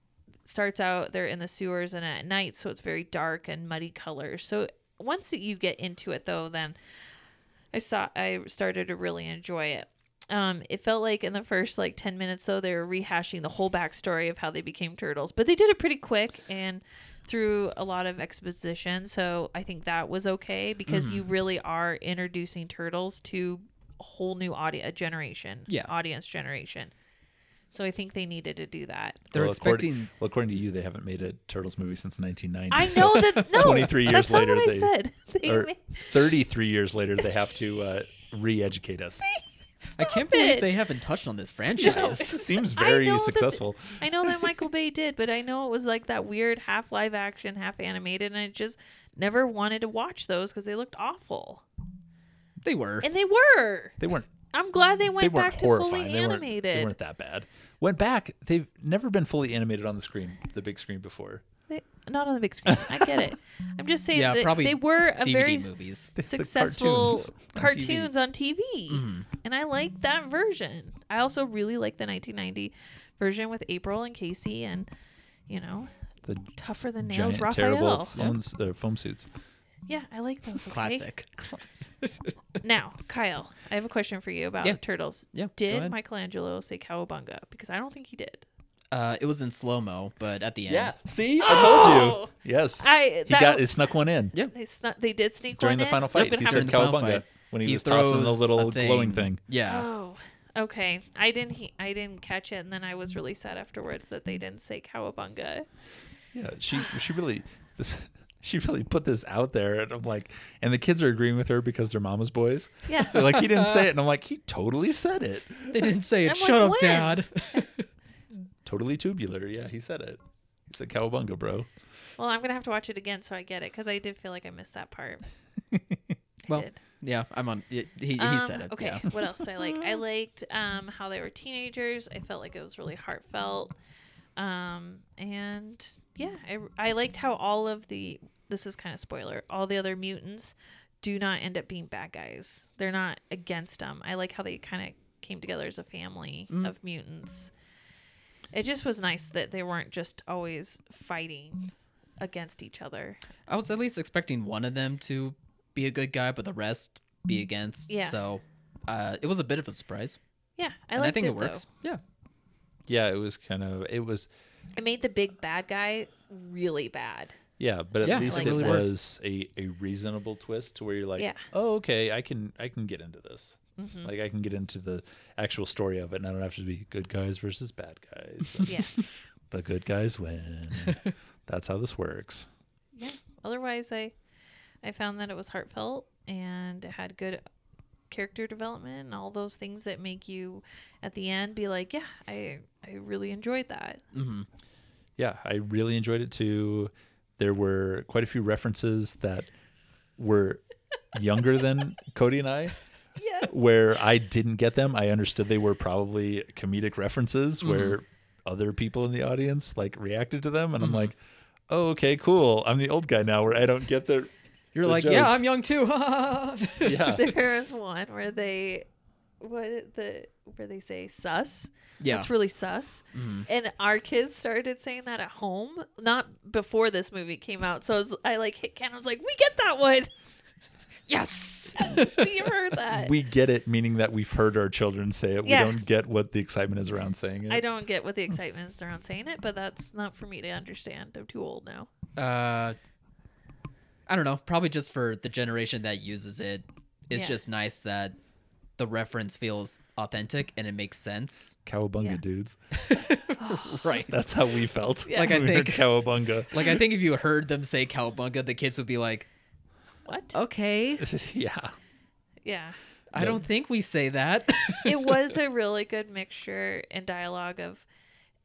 Speaker 4: starts out they're in the sewers and at night so it's very dark and muddy colors. So once that you get into it though then I saw I started to really enjoy it. Um, it felt like in the first like ten minutes though they were rehashing the whole backstory of how they became turtles, but they did it pretty quick and through a lot of exposition. So I think that was okay because you really are introducing turtles to a whole new audience, a generation,
Speaker 3: Yeah.
Speaker 4: audience generation. So I think they needed to do that.
Speaker 3: They're
Speaker 2: Well, according-
Speaker 3: expecting.
Speaker 2: well, according to you, they haven't made a turtles movie since 1990.
Speaker 4: I
Speaker 2: so-
Speaker 4: know that no,
Speaker 2: 23 years
Speaker 4: that's not
Speaker 2: later,
Speaker 4: what I
Speaker 2: they-
Speaker 4: said. They
Speaker 2: or
Speaker 4: made-
Speaker 2: 33 years later, they have to uh, re-educate us.
Speaker 3: I can't believe
Speaker 4: it.
Speaker 3: they haven't touched on this franchise.
Speaker 2: Seems
Speaker 4: I
Speaker 2: very
Speaker 4: know that-
Speaker 2: successful.
Speaker 4: I know that Michael Bay did, but I know it was like that weird half live action, half animated, and I just never wanted to watch those because they looked awful.
Speaker 3: They were.
Speaker 4: And they were.
Speaker 2: They weren't.
Speaker 4: I'm glad they went
Speaker 2: They weren't
Speaker 4: back to
Speaker 2: horrifying.
Speaker 4: fully
Speaker 2: They weren't,
Speaker 4: animated.
Speaker 2: they weren't that bad. Went back. They've never been fully animated on the screen, the big screen before.
Speaker 4: They- not on the big screen. I get it. I'm just saying
Speaker 3: yeah,
Speaker 4: that
Speaker 3: probably.
Speaker 4: they were a
Speaker 3: DVD
Speaker 4: very
Speaker 3: movies.
Speaker 2: The
Speaker 4: successful
Speaker 2: cartoons on Mm-hmm. TV.
Speaker 4: cartoons on TV. And I like that version. I also really like the 1990 version with April and Casey and, you know,
Speaker 2: The
Speaker 4: tougher than nails
Speaker 2: giant, terrible
Speaker 4: Raphael.
Speaker 2: phones, uh, foam suits.
Speaker 4: Yeah, I like those. okay?
Speaker 3: Classic.
Speaker 4: Now, Kyle, I have a question for you about
Speaker 3: Yeah.
Speaker 4: turtles.
Speaker 3: Yeah, go
Speaker 4: Did
Speaker 3: ahead.
Speaker 4: Michelangelo say cowabunga? Because I don't think he did.
Speaker 3: Uh, it was in slow mo, but at the end.
Speaker 2: See, I told
Speaker 4: Oh!
Speaker 2: you. Yes.
Speaker 4: I
Speaker 2: he
Speaker 4: that,
Speaker 2: got. He snuck one in.
Speaker 3: Yeah.
Speaker 4: they snuck, they did sneak
Speaker 2: during
Speaker 4: one
Speaker 2: the
Speaker 4: in.
Speaker 2: final
Speaker 4: I'm
Speaker 2: fight.
Speaker 4: gonna
Speaker 2: He
Speaker 4: have
Speaker 2: said
Speaker 3: during the final
Speaker 2: cowabunga
Speaker 3: fight.
Speaker 2: when he,
Speaker 3: He
Speaker 2: was tossing the
Speaker 3: throws
Speaker 2: little
Speaker 3: a thing.
Speaker 2: glowing thing.
Speaker 4: to-
Speaker 3: Yeah.
Speaker 4: Oh, okay. I didn't. He, I didn't catch it, and then I was really sad afterwards that they didn't say cowabunga.
Speaker 2: Yeah, she she really this she really put this out there, and I'm like, and the kids are agreeing with her because they're mama's boys.
Speaker 4: Yeah.
Speaker 2: They're like he didn't say it, and I'm like, he totally said it.
Speaker 3: They didn't say it.
Speaker 4: Oh. I'm like,
Speaker 3: Shut up,
Speaker 4: when?
Speaker 3: Dad.
Speaker 2: Totally tubular. Yeah, he said it. He said cowabunga, bro.
Speaker 4: Well, I'm gonna have to watch it again so I get it because I did feel like I missed that part.
Speaker 3: well,
Speaker 4: did.
Speaker 3: yeah, I'm on. He, he, he
Speaker 4: Um,
Speaker 3: said it.
Speaker 4: Okay,
Speaker 3: Yeah.
Speaker 4: what else I like? I liked um, how they were teenagers. I felt like it was really heartfelt, um, and yeah, I, I liked how all of the this is kind of spoiler. All the other mutants do not end up being bad guys. They're not against them. I like how they kind of came together as a family
Speaker 3: Mm.
Speaker 4: of mutants. It just was nice that they weren't just always fighting against each other.
Speaker 3: I was at least expecting one of them to be a good guy, but the rest be against.
Speaker 4: Yeah.
Speaker 3: So uh, it was a bit of a surprise.
Speaker 4: Yeah, I
Speaker 3: and I
Speaker 4: liked
Speaker 3: think
Speaker 4: it,
Speaker 3: it works.
Speaker 4: Though.
Speaker 3: Yeah.
Speaker 2: Yeah, it was kind of it was
Speaker 4: It made the big bad guy really bad.
Speaker 2: yeah, but at
Speaker 3: Yeah,
Speaker 2: least
Speaker 4: like,
Speaker 2: it
Speaker 4: really
Speaker 3: worked.
Speaker 2: was a, a reasonable twist to where you're like,
Speaker 4: Yeah. Mm-hmm.
Speaker 2: oh okay, I can I can get into this. Like I can get into the actual story of it, and I don't have to be good guys versus bad guys. and
Speaker 4: Yeah.
Speaker 2: the good guys win. That's how this works.
Speaker 4: yeah otherwise i i found that it was heartfelt and it had good character development and all those things that make you at the end be like yeah i i really enjoyed that
Speaker 3: hmm
Speaker 2: Yeah, I really enjoyed it too. There were quite a few references that were younger than Cody and I,
Speaker 4: yes
Speaker 2: where I didn't get them. I understood they were probably comedic references
Speaker 4: Mm-hmm.
Speaker 2: where other people in the audience like reacted to them, and
Speaker 4: Mm-hmm.
Speaker 2: I'm like, oh, okay, cool. I'm the old guy now where I don't get the.
Speaker 3: You're
Speaker 2: The
Speaker 3: like,
Speaker 2: jokes.
Speaker 3: yeah, I'm young too. yeah.
Speaker 2: Yeah.
Speaker 4: there is one where they what the where they say sus
Speaker 3: Yeah.
Speaker 4: it's really sus and our kids started saying that at home not before this movie came out so I, was, I like hit ken i was like we get that one
Speaker 3: yes.
Speaker 4: We've heard that.
Speaker 2: We get it, meaning that we've heard our children say it.
Speaker 4: Yeah.
Speaker 2: We don't get what the excitement is around saying it.
Speaker 4: I don't get what the excitement is around saying it, but that's not for me to understand. I'm too old now.
Speaker 3: uh, I don't know. Probably just for the generation that uses it. It's
Speaker 4: Yeah.
Speaker 3: just nice that the reference feels authentic and it makes sense.
Speaker 2: Cowabunga,
Speaker 4: Yeah.
Speaker 2: dudes.
Speaker 3: Right.
Speaker 2: That's how we felt.
Speaker 4: Yeah. Like,
Speaker 3: I
Speaker 2: We heard
Speaker 3: think-
Speaker 2: cowabunga.
Speaker 3: Like I think if you heard them say cowabunga, the kids would be like,
Speaker 4: What?
Speaker 3: "Okay,
Speaker 2: yeah.
Speaker 4: Oh, Yeah.
Speaker 3: I don't think we say that."
Speaker 4: it was a really good mixture and dialogue of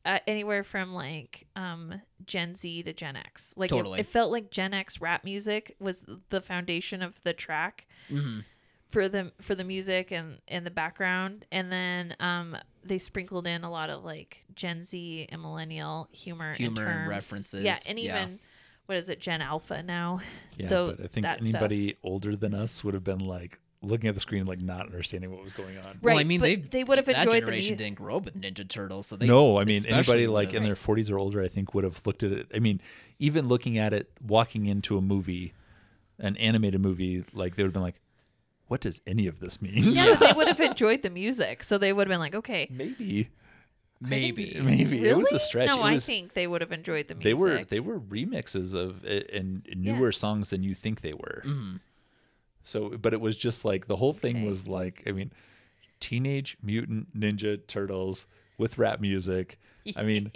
Speaker 4: uh, anywhere from like um, Gen Z to Gen X. Like it-
Speaker 3: Totally.
Speaker 4: it, felt like Gen X rap music was the foundation of the track
Speaker 3: Mhm.
Speaker 4: for the for the music and and the background, and then um, they sprinkled in a lot of like Gen Z and millennial humor,
Speaker 3: Humor and
Speaker 4: and, terms.
Speaker 3: references,
Speaker 4: Yeah, and
Speaker 3: yeah.
Speaker 4: even what is it, Gen Alpha now?
Speaker 2: Yeah,
Speaker 4: Though-
Speaker 2: but I think
Speaker 4: that stuff.
Speaker 2: anybody older than us would have been like looking at the screen, like not understanding what was going on.
Speaker 4: Right.
Speaker 3: well, I mean,
Speaker 4: but
Speaker 3: they
Speaker 4: they would have
Speaker 3: that
Speaker 4: enjoyed the
Speaker 3: generation
Speaker 4: mu-
Speaker 3: didn't grow up with Ninja Turtles, so they
Speaker 2: no, I mean
Speaker 3: especially
Speaker 2: anybody
Speaker 3: would
Speaker 2: like
Speaker 3: have-
Speaker 2: in their 40s or older, I think would have looked at it. I mean, even looking at it, walking into a movie, an animated movie, like they would have been like, "What does any of this mean?"
Speaker 4: Yeah, but they would have enjoyed the music, so they would have been like, okay,
Speaker 2: Maybe,
Speaker 3: maybe
Speaker 2: maybe it was a
Speaker 4: Really?
Speaker 2: stretch.
Speaker 4: No,
Speaker 2: it
Speaker 4: I
Speaker 2: was-
Speaker 4: think they would have enjoyed the music.
Speaker 2: they were they were remixes of a- and newer songs than you think they were.
Speaker 3: Mhm.
Speaker 2: So, but it was just like the whole thing
Speaker 4: Mm-hmm. Okay.
Speaker 2: was like, I mean, Teenage Mutant Ninja Turtles with rap music. I mean,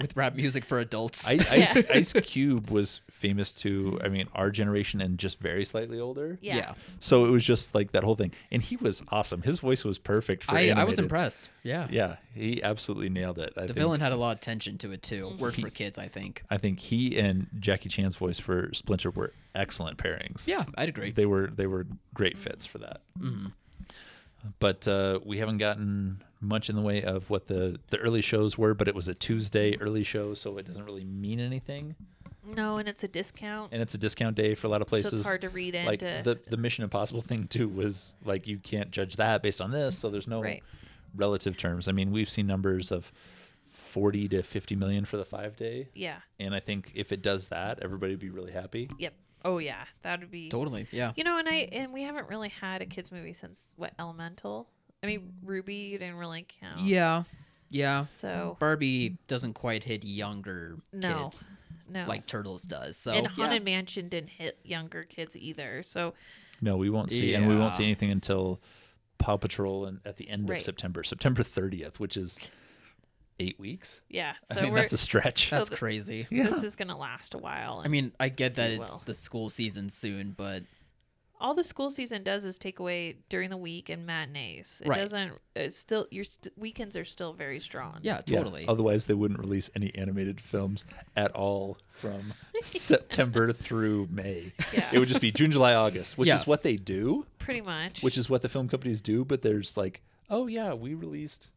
Speaker 3: with rap music for adults.
Speaker 2: I, Ice, Ice Cube was famous to, I mean, our generation and just very slightly older.
Speaker 4: yeah.
Speaker 3: yeah.
Speaker 2: So it was just like that whole thing, and he was awesome. His voice was perfect for
Speaker 3: I, I was
Speaker 2: animated.
Speaker 3: impressed. Yeah.
Speaker 2: Yeah, he absolutely nailed it. I
Speaker 3: The
Speaker 2: think,
Speaker 3: villain had a lot of tension to it too. Worked
Speaker 2: He-
Speaker 3: for kids, I think.
Speaker 2: I think he and Jackie Chan's voice for Splinter were excellent pairings.
Speaker 3: Yeah, I'd agree.
Speaker 2: they were they were great fits for that.
Speaker 4: Mm-hmm.
Speaker 2: But uh, we haven't gotten much in the way of what the the early shows were. But it was a Tuesday early show, so it doesn't really mean anything.
Speaker 4: No, and it's a discount.
Speaker 2: And it's a discount day for a lot of
Speaker 4: it's
Speaker 2: places.
Speaker 4: hard to read
Speaker 2: Like
Speaker 4: into-
Speaker 2: the the Mission Impossible thing too was like you can't judge that based on this. So there's no
Speaker 4: Right.
Speaker 2: relative terms. I mean, we've seen numbers of forty to fifty million for the five day.
Speaker 4: yeah.
Speaker 2: And I think if it does that, everybody would be really happy.
Speaker 4: Yep. Oh yeah, that would be.
Speaker 3: Totally. Yeah.
Speaker 4: You know, and I and we haven't really had a kids movie since what Elemental. I mean, Ruby you didn't really count.
Speaker 3: Yeah. Yeah.
Speaker 4: So
Speaker 3: Barbie doesn't quite hit younger
Speaker 4: No.
Speaker 3: kids
Speaker 4: no.
Speaker 3: like Turtles does. So
Speaker 4: and
Speaker 3: yeah.
Speaker 4: Haunted Mansion didn't hit younger kids either. So
Speaker 2: No, we won't see, and we won't see
Speaker 3: Yeah.
Speaker 2: anything until Paw Patrol and at the end
Speaker 4: Right.
Speaker 2: of September, September 30th, which is eight weeks.
Speaker 4: yeah. So
Speaker 2: I mean,
Speaker 4: we're
Speaker 2: that's a stretch.
Speaker 3: that's
Speaker 4: the-
Speaker 3: crazy.
Speaker 4: this is gonna last a while.
Speaker 3: I mean, I get that
Speaker 4: you
Speaker 3: it's
Speaker 4: will.
Speaker 3: the school season soon, but
Speaker 4: all the school season does is take away during the week and matinees. It
Speaker 3: Right.
Speaker 4: doesn't. It's still your st- weekends are still very strong.
Speaker 3: yeah,
Speaker 2: Yeah,
Speaker 3: totally.
Speaker 2: Otherwise, they wouldn't release any animated films at all from September through May.
Speaker 4: Yeah.
Speaker 2: It would just be June, July, August, which
Speaker 3: Yeah.
Speaker 2: is what they do,
Speaker 4: pretty much.
Speaker 2: which is what the film companies do. But there's like, oh yeah, we released.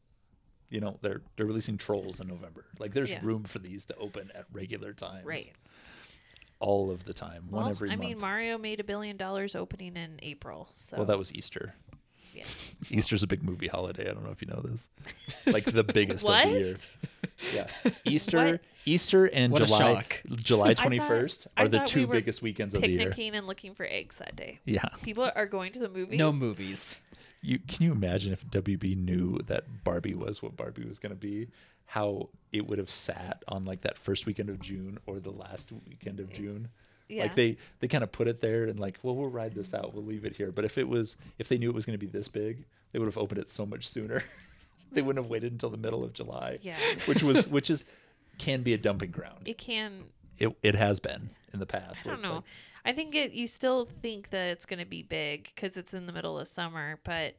Speaker 2: You know, they're they're releasing Trolls in November. Like, there's
Speaker 4: Yeah.
Speaker 2: room for these to open at regular times.
Speaker 4: right.
Speaker 2: All of the time,
Speaker 4: Well,
Speaker 2: one every
Speaker 4: I
Speaker 2: month.
Speaker 4: mean, Mario made a billion dollars opening in April. So
Speaker 2: Well, that was Easter.
Speaker 4: yeah.
Speaker 2: Easter's a big movie holiday. I don't know if you know this. Like the biggest of
Speaker 4: What?
Speaker 2: the year. Yeah. Easter
Speaker 4: What?
Speaker 2: Easter and
Speaker 3: What a
Speaker 2: July
Speaker 3: shock.
Speaker 2: July
Speaker 4: thought-
Speaker 2: 21st
Speaker 4: I
Speaker 2: are the
Speaker 4: thought we
Speaker 2: two
Speaker 4: were
Speaker 2: biggest weekends of the year.
Speaker 4: Picnicking and looking for eggs that day.
Speaker 2: Yeah.
Speaker 4: People are going to the movie.
Speaker 3: no movies.
Speaker 2: You can you imagine if WB knew that Barbie was what Barbie was going to be? How it would have sat on like that first weekend of June or the last weekend of June?
Speaker 4: Yeah.
Speaker 2: Like they they kind of put it there and like, well, we'll ride this out. We'll leave it here. But if it was if they knew it was going to be this big, they would have opened it so much sooner. they wouldn't have waited until the middle of July.
Speaker 4: Yeah.
Speaker 2: Which was which is can be a dumping ground.
Speaker 4: It can.
Speaker 2: It it has been in the past.
Speaker 4: I
Speaker 2: where
Speaker 4: don't
Speaker 2: it's
Speaker 4: know.
Speaker 2: like,
Speaker 4: I think it, you still think that it's going to be big because it's in the middle of summer, but.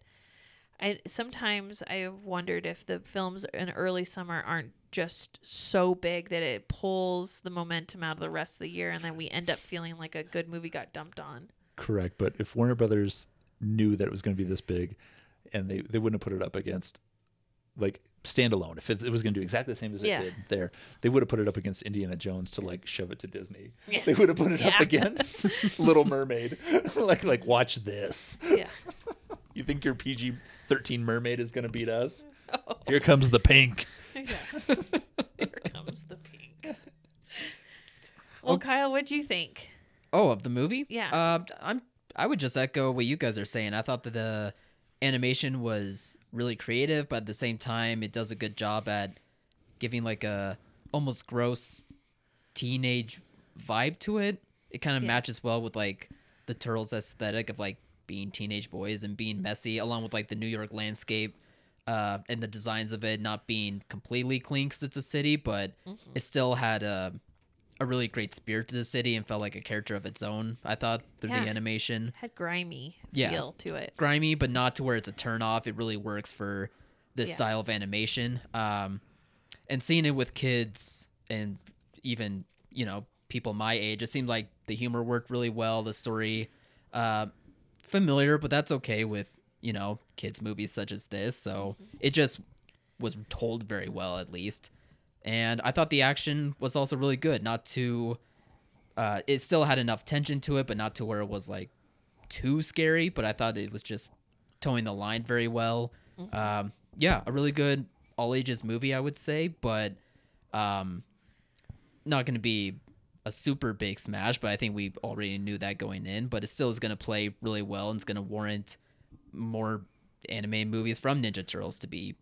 Speaker 4: I, sometimes I have wondered if the films in early summer aren't just so big that it pulls the momentum out of the rest of the year, and then we end up feeling like a good movie got dumped on.
Speaker 2: Correct, but if Warner Brothers knew that it was going to be this big, and they they wouldn't have put it up against like standalone. If it, it was going to do exactly the same as it
Speaker 4: Yeah.
Speaker 2: did there, they would have put it up against Indiana Jones to like shove it to Disney.
Speaker 4: Yeah.
Speaker 2: They would have put it up
Speaker 4: Yeah.
Speaker 2: against Little Mermaid. like like watch this.
Speaker 4: Yeah.
Speaker 2: You think your PG thirteen Mermaid is going to beat us? Here comes the pink.
Speaker 4: Yeah. Here comes the pink. Well, Kyle, what'd you think?
Speaker 3: Oh, of the movie?
Speaker 4: Yeah.
Speaker 3: Uh, I'm I would just echo what you guys are saying. I thought that the animation was really creative, but at the same time, it does a good job at giving like a almost gross teenage vibe to it. It kind of
Speaker 4: Yeah.
Speaker 3: matches well with like the turtles aesthetic of like being teenage boys and being messy, along with like the New York landscape uh, and the designs of it not being completely clean 'cause it's a city, but
Speaker 4: Mm-hmm.
Speaker 3: it still had a a really great spirit to the city and felt like a character of its own. I thought through
Speaker 4: Yeah.
Speaker 3: the animation,
Speaker 4: had grimy
Speaker 3: Yeah.
Speaker 4: feel to it.
Speaker 3: grimy, but not to where it's a turnoff. It really works for this
Speaker 4: Yeah.
Speaker 3: style of animation. Um, and seeing it with kids and even you know people my age, it seemed like the humor worked really well. The story, uh, familiar, but that's okay with you know kids movies such as this. So it just was told very well, at least. And I thought the action was also really good. Not too, uh, it still had enough tension to it, but not to where it was like too scary, but I thought it was just towing the line very well. Um, yeah, a really good all ages movie, I would say, but um, not going to be a super big smash. But I think we already knew that going in. But it still is going to play really well and it's going to warrant more anime movies from Ninja Turtles to be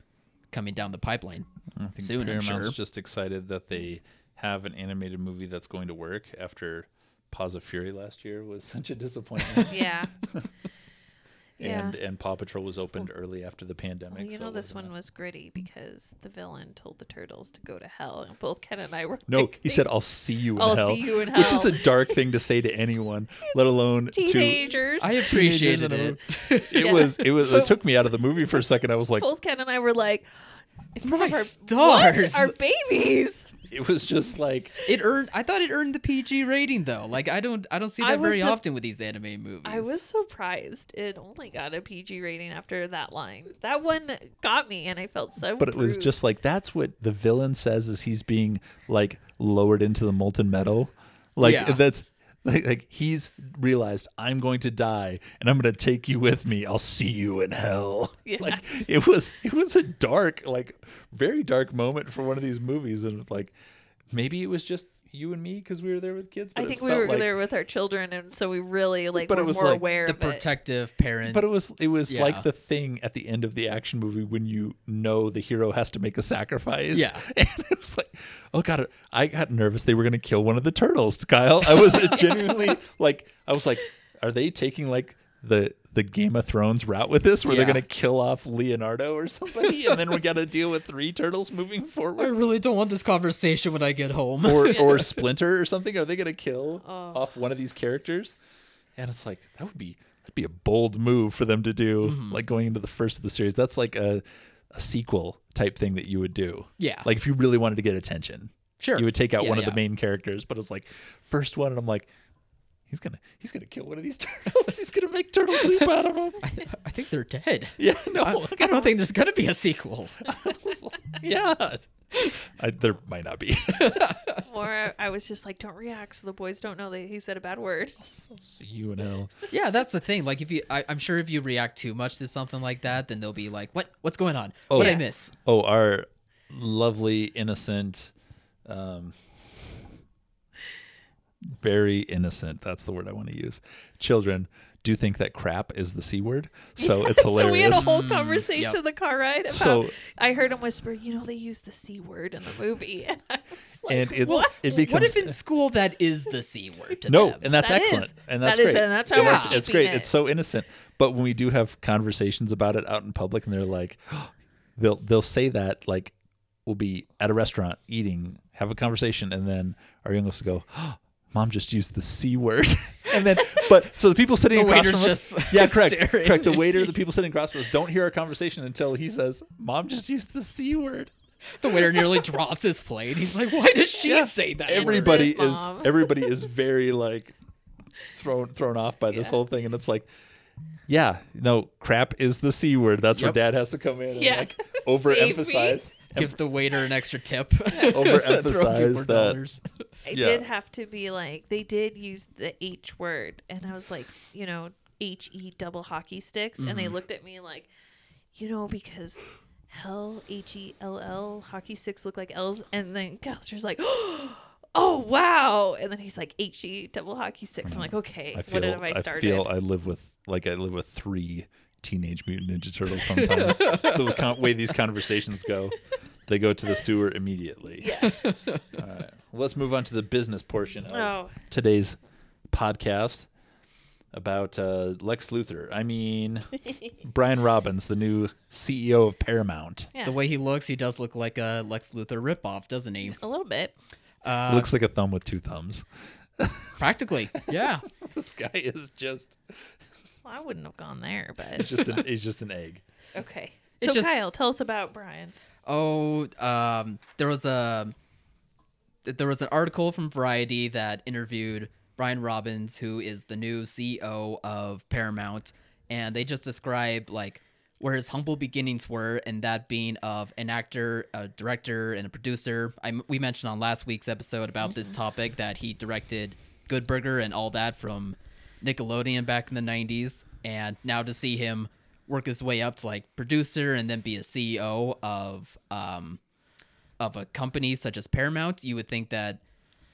Speaker 3: coming down the pipeline.
Speaker 2: I think
Speaker 3: Soon, I'm
Speaker 2: Paramount's
Speaker 3: sure.
Speaker 2: just excited that they have an animated movie that's going to work after Paws of Fury last year was such a disappointment.
Speaker 4: Yeah. yeah.
Speaker 2: And and Paw Patrol was opened early after the pandemic.
Speaker 4: Well, you
Speaker 2: so
Speaker 4: know,
Speaker 2: it
Speaker 4: this
Speaker 2: wasn't
Speaker 4: one
Speaker 2: a-
Speaker 4: was gritty because the villain told the turtles to go to hell, and both Ken and I were.
Speaker 2: No,
Speaker 4: like,
Speaker 2: he said,
Speaker 4: "These
Speaker 2: "I'll see you in
Speaker 4: I'll
Speaker 2: hell,"
Speaker 4: see you in
Speaker 2: which is a
Speaker 4: hell.
Speaker 2: dark thing to say to anyone, let alone to.
Speaker 4: teenagers."
Speaker 3: I
Speaker 2: Teenagers
Speaker 3: appreciated
Speaker 2: in a
Speaker 3: it.
Speaker 2: It
Speaker 4: Yeah.
Speaker 2: was it was it took me out of the movie for a second. I was like,
Speaker 4: both Ken and I were like,
Speaker 3: My
Speaker 4: "What?
Speaker 3: stars."
Speaker 4: Our babies."
Speaker 2: it was just like
Speaker 3: it earned. I thought it earned the PG rating though. Like I don't, I don't see
Speaker 4: I
Speaker 3: that
Speaker 4: was
Speaker 3: very
Speaker 4: sup-
Speaker 3: often with these anime movies.
Speaker 4: I was surprised it only got a PG rating after that line. That one got me, and I felt so.
Speaker 2: but it was
Speaker 4: bruised.
Speaker 2: just like that's what the villain says as he's being like lowered into the molten metal like
Speaker 3: Yeah.
Speaker 2: that's like, like he's realized i'm going to die and i'm going to take you with me i'll see you in hell
Speaker 4: Yeah.
Speaker 2: like it was it was a dark like very dark moment for one of these movies and it's like maybe it was just you and me because we were there with kids but
Speaker 4: I
Speaker 2: it
Speaker 4: think we
Speaker 2: felt
Speaker 4: were
Speaker 2: like-
Speaker 4: there with our children, and so we really like
Speaker 2: But it
Speaker 4: were
Speaker 2: was
Speaker 4: more
Speaker 2: like
Speaker 4: aware
Speaker 3: the
Speaker 4: of it.
Speaker 3: protective parent.
Speaker 2: but it was it was
Speaker 3: Yeah.
Speaker 2: like the thing at the end of the action movie when you know the hero has to make a sacrifice.
Speaker 3: Yeah.
Speaker 2: and it was like, oh god, I got nervous they were gonna kill one of the turtles, Kyle. I was genuinely like, I was like, are they taking like the the Game of Thrones route with this, where
Speaker 3: Yeah.
Speaker 2: they're gonna kill off Leonardo or somebody, and then we gotta deal with three turtles moving
Speaker 3: I
Speaker 2: forward,
Speaker 3: really don't want this conversation when I get home.
Speaker 2: or or Splinter or something? Are they gonna kill
Speaker 3: Oh.
Speaker 2: off one of these characters? And it's like that would be that'd be a bold move for them to do,
Speaker 3: Mm-hmm.
Speaker 2: like going into the first of the series. That's like a a sequel type thing that you would do.
Speaker 3: Yeah.
Speaker 2: Like if you really wanted to get attention.
Speaker 3: Sure.
Speaker 2: You would take out
Speaker 3: Yeah,
Speaker 2: one of
Speaker 3: yeah.
Speaker 2: the main characters, but it's like first one and I'm like he's going to he's going to kill one of these turtles. he's going to make turtle soup out of them.
Speaker 3: I, th- I think they're dead.
Speaker 2: Yeah,
Speaker 3: I,
Speaker 2: no.
Speaker 3: I don't think there's gonna be a sequel.
Speaker 2: yeah. I, there might not be.
Speaker 4: Or I was just like, "Don't react," so the boys don't know that he said a bad word.
Speaker 2: See you in hell.
Speaker 3: yeah, that's the thing. Like if you, I, I'm sure if you react too much to something like that, then they'll be like, "What? What's going on?
Speaker 2: Oh,
Speaker 3: what would I
Speaker 2: yeah.
Speaker 3: miss?"
Speaker 2: Oh, our lovely, innocent, um, very innocent. That's the word I want to use. Children do think that crap is the c word, so it's
Speaker 4: so we had
Speaker 2: hilarious.
Speaker 4: a whole conversation
Speaker 3: yep.
Speaker 4: in the car ride about.
Speaker 2: So-
Speaker 4: I heard him whisper, "You know, they use the c word in the movie," and I was like,
Speaker 2: and it's
Speaker 4: "What?"
Speaker 2: it becomes
Speaker 3: what if in school that is the c word? To
Speaker 2: no,
Speaker 3: them?
Speaker 2: and that's
Speaker 4: That
Speaker 2: excellent,
Speaker 4: is-
Speaker 2: and that's
Speaker 4: that is-
Speaker 2: great.
Speaker 4: and that's how
Speaker 2: And
Speaker 3: we're
Speaker 2: it's
Speaker 4: keeping
Speaker 2: great.
Speaker 4: it.
Speaker 2: It's so innocent. But when we do have conversations about it out in public, and they're like, they'll they'll say that like we'll be at a restaurant eating, have a conversation, and then our youngest will go. Mom just used the c word, and then but so the people sitting
Speaker 3: The
Speaker 2: across
Speaker 3: waiter's
Speaker 2: from us,
Speaker 3: just
Speaker 2: yeah, correct,
Speaker 3: staring.
Speaker 2: correct. The waiter, the people sitting across from us don't hear our conversation until he says, "Mom just used the c word."
Speaker 3: the waiter nearly drops his plate. He's like, "Why does she
Speaker 2: Yeah.
Speaker 3: say that?"
Speaker 2: everybody
Speaker 4: Andrea's
Speaker 2: is
Speaker 4: mom.
Speaker 2: everybody is very like thrown thrown off by this
Speaker 4: Yeah.
Speaker 2: whole thing and it's like yeah no crap is the c word that's
Speaker 3: Yep.
Speaker 2: where dad has to come in and
Speaker 4: Yeah.
Speaker 2: like
Speaker 4: Save me.
Speaker 2: overemphasize
Speaker 3: Give the waiter an extra tip. Throw a few
Speaker 2: Overemphasize
Speaker 3: more
Speaker 2: that.
Speaker 3: dollars.
Speaker 4: I
Speaker 2: Yeah.
Speaker 4: did have to be like, they did use the H word, and I was like, you know, H E double hockey sticks, and they looked at me like, you know, because hell H E L L hockey sticks look like L's, and then Gouser's like, oh wow, and then he's like H E double hockey sticks. I'm like, okay,
Speaker 2: Mm. I feel
Speaker 4: what have I started?
Speaker 2: feel I live with like I live with three teenage mutant ninja turtles sometimes. the con- way these conversations go, they go to the sewer immediately.
Speaker 4: yeah.
Speaker 2: All right. Let's move on to the business portion of
Speaker 4: Oh.
Speaker 2: today's podcast about uh, Lex Luthor. I mean, Brian Robbins, the new CEO of Paramount.
Speaker 4: yeah.
Speaker 3: The way he looks, he does look like a Lex Luthor ripoff, doesn't he?
Speaker 4: a little bit.
Speaker 3: Uh,
Speaker 2: Looks like a thumb with two thumbs.
Speaker 3: practically, yeah.
Speaker 2: This guy is just
Speaker 4: Well, I wouldn't have gone there, but
Speaker 2: just an, he's just an egg.
Speaker 4: okay.
Speaker 3: It
Speaker 4: So
Speaker 3: just-
Speaker 4: Kyle, tell us about Brian.
Speaker 3: Oh, um, there was a there was an article from Variety that interviewed Brian Robbins, who is the new CEO of Paramount, and they just described like where his humble beginnings were, and that being of an actor, a director, and a producer. I m we mentioned on last week's episode about this topic that he directed Good Burger and all that from Nickelodeon back in the '90s, and now to see him work his way up to like producer and then be a CEO of um of a company such as Paramount, you would think that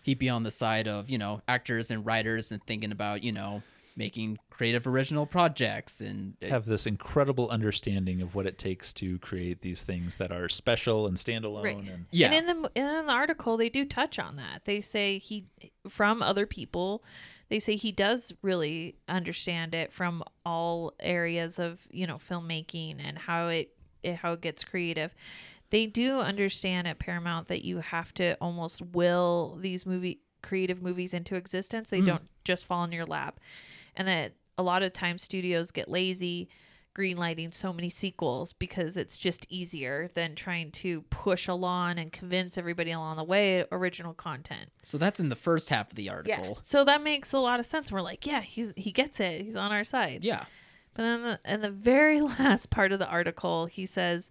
Speaker 3: he'd be on the side of, you know, actors and writers and thinking about, you know, making creative original projects and eh,
Speaker 2: Have this incredible understanding of what it takes to create these things that are special and standalone.
Speaker 4: Right.
Speaker 2: And
Speaker 3: yeah.
Speaker 4: And in the and in the article, they do touch on that. They say he from other people. They say he does really understand it from all areas of you know filmmaking and how it, it how it gets creative. They do understand at Paramount that you have to almost will these movie creative movies into existence. They don't just fall in your lap, and that a lot of times studios get lazy greenlighting so many sequels because it's just easier than trying to push along and convince everybody along the way original content.
Speaker 3: so that's in the first half of the article.
Speaker 4: So that makes a lot of sense. We're like, yeah, he's he gets it. He's on our side.
Speaker 3: Yeah.
Speaker 4: But then the, in the very last part of the article, he says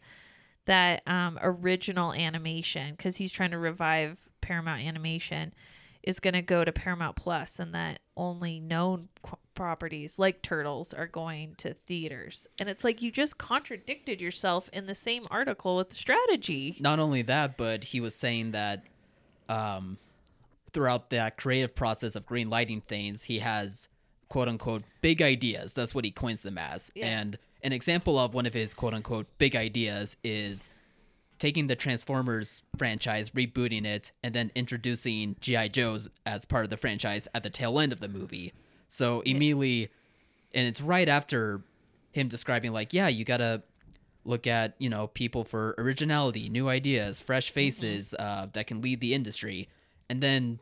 Speaker 4: that um, original animation, because he's trying to revive Paramount Animation, is going to go to Paramount Plus, and that only known qu- properties like Turtles are going to theaters. And it's like you just contradicted yourself in the same article with the strategy.
Speaker 3: Not only that, but he was saying that um throughout that creative process of green lighting things, he has quote unquote big ideas. That's what he coins them as.
Speaker 4: Yeah.
Speaker 3: And an example of one of his quote unquote big ideas is taking the Transformers franchise, rebooting it, and then introducing G.I. Joe's as part of the franchise at the tail end of the movie. So immediately, and it's right after him describing, like, yeah, you gotta look at, you know, people for originality, new ideas, fresh faces uh, that can lead the industry. And then,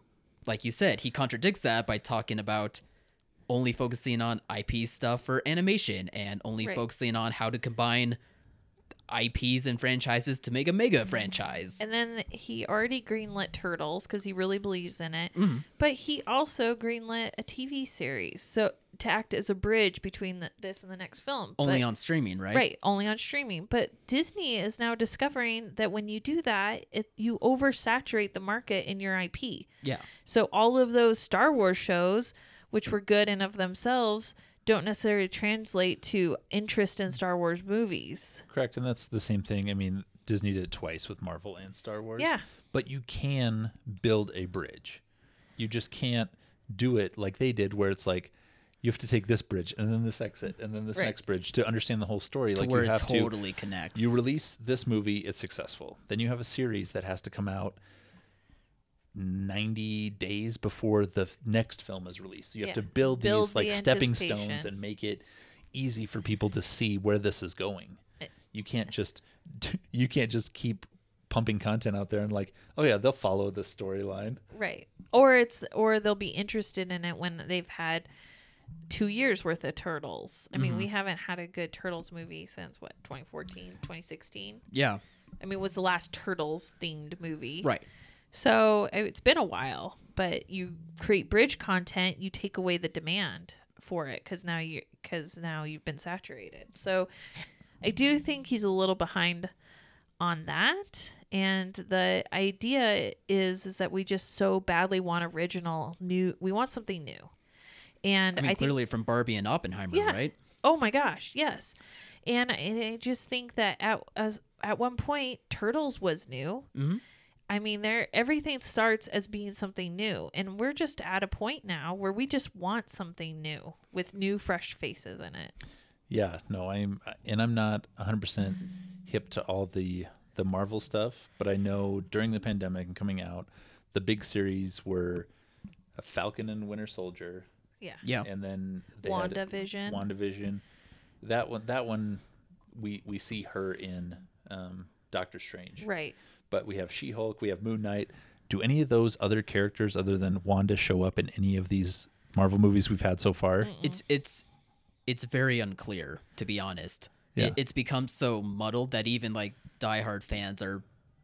Speaker 3: like you said, he contradicts that by talking about only focusing on IP stuff for animation and only
Speaker 4: Right.
Speaker 3: focusing on how to combine IPs and franchises to make a mega franchise.
Speaker 4: Mm-hmm. And then he already greenlit Turtles because he really believes in it.
Speaker 3: Mm-hmm.
Speaker 4: But he also greenlit a TV series so to act as a bridge between the, this and the next film.
Speaker 3: only
Speaker 4: But-
Speaker 3: on streaming, right?
Speaker 4: right, only on streaming. But Disney is now discovering that when you do that, it, you oversaturate the market in your IP.
Speaker 3: Yeah.
Speaker 4: So all of those Star Wars shows, which were good in of themselves, don't necessarily translate to interest in Star Wars movies.
Speaker 2: Correct, and that's the same thing. I mean, Disney did it twice with Marvel and Star Wars.
Speaker 4: Yeah.
Speaker 2: But you can build a bridge. You just can't do it like they did where it's like you have to take this bridge and then this exit and then this
Speaker 4: Right.
Speaker 2: next bridge to understand the whole story.
Speaker 3: To
Speaker 2: like
Speaker 3: where
Speaker 2: you
Speaker 3: it
Speaker 2: have to
Speaker 3: totally connects.
Speaker 2: you release this movie, it's successful. Then you have a series that has to come out 90 days before the f- next film is released. So you have to
Speaker 4: Yeah.
Speaker 2: build,
Speaker 4: Build
Speaker 2: these
Speaker 4: the
Speaker 2: like stepping stones
Speaker 4: anticipation.
Speaker 2: and make it easy for people to see where this is going.
Speaker 4: Eh.
Speaker 2: You can't just you can't just keep pumping content out there and like, oh yeah, they'll follow this storyline.
Speaker 4: Right. Or it's or they'll be interested in it when they've had two years worth of turtles. I mean, we haven't had a good turtles movie since what 2014, 2016.
Speaker 3: yeah.
Speaker 4: I mean, it was the last turtles themed movie.
Speaker 3: Right.
Speaker 4: So uh, it's been a while, but you create bridge content, you take away the demand for it because now you because now you've been saturated. So I do think he's a little behind on that. And the idea is is that we just so badly want original new. We want something new,
Speaker 3: I
Speaker 4: and I,
Speaker 3: mean,
Speaker 4: think
Speaker 3: clearly from Barbie and Oppenheimer,
Speaker 4: Yeah.
Speaker 3: right?
Speaker 4: Oh my gosh, yes.
Speaker 2: Mm-hmm.
Speaker 4: And I, and I just think that at as, at one point Turtles was new.
Speaker 3: Mhm.
Speaker 4: I mean, there everything starts as being something new, and we're just at a point now where we just want something new with new, fresh faces in it.
Speaker 2: Yeah, no, I'm and I'm not 100%
Speaker 4: Mm-hmm.
Speaker 2: hip to all the the Marvel stuff, but I know during the pandemic and coming out, the big series were uh, Falcon and Winter Soldier,
Speaker 4: Yeah.
Speaker 3: Yeah.
Speaker 2: and then they had
Speaker 4: WandaVision.
Speaker 2: WandaVision. That one, that one, we we see her in um, Doctor Strange,
Speaker 4: Right.
Speaker 2: but we have She Hulk, we have Moon Knight. Do any of those other characters other than Wanda show up in any of these Marvel movies we've had so far?
Speaker 3: It's it's it's very unclear to be honest.
Speaker 2: Yeah.
Speaker 3: It, it's become so muddled that even like diehard fans are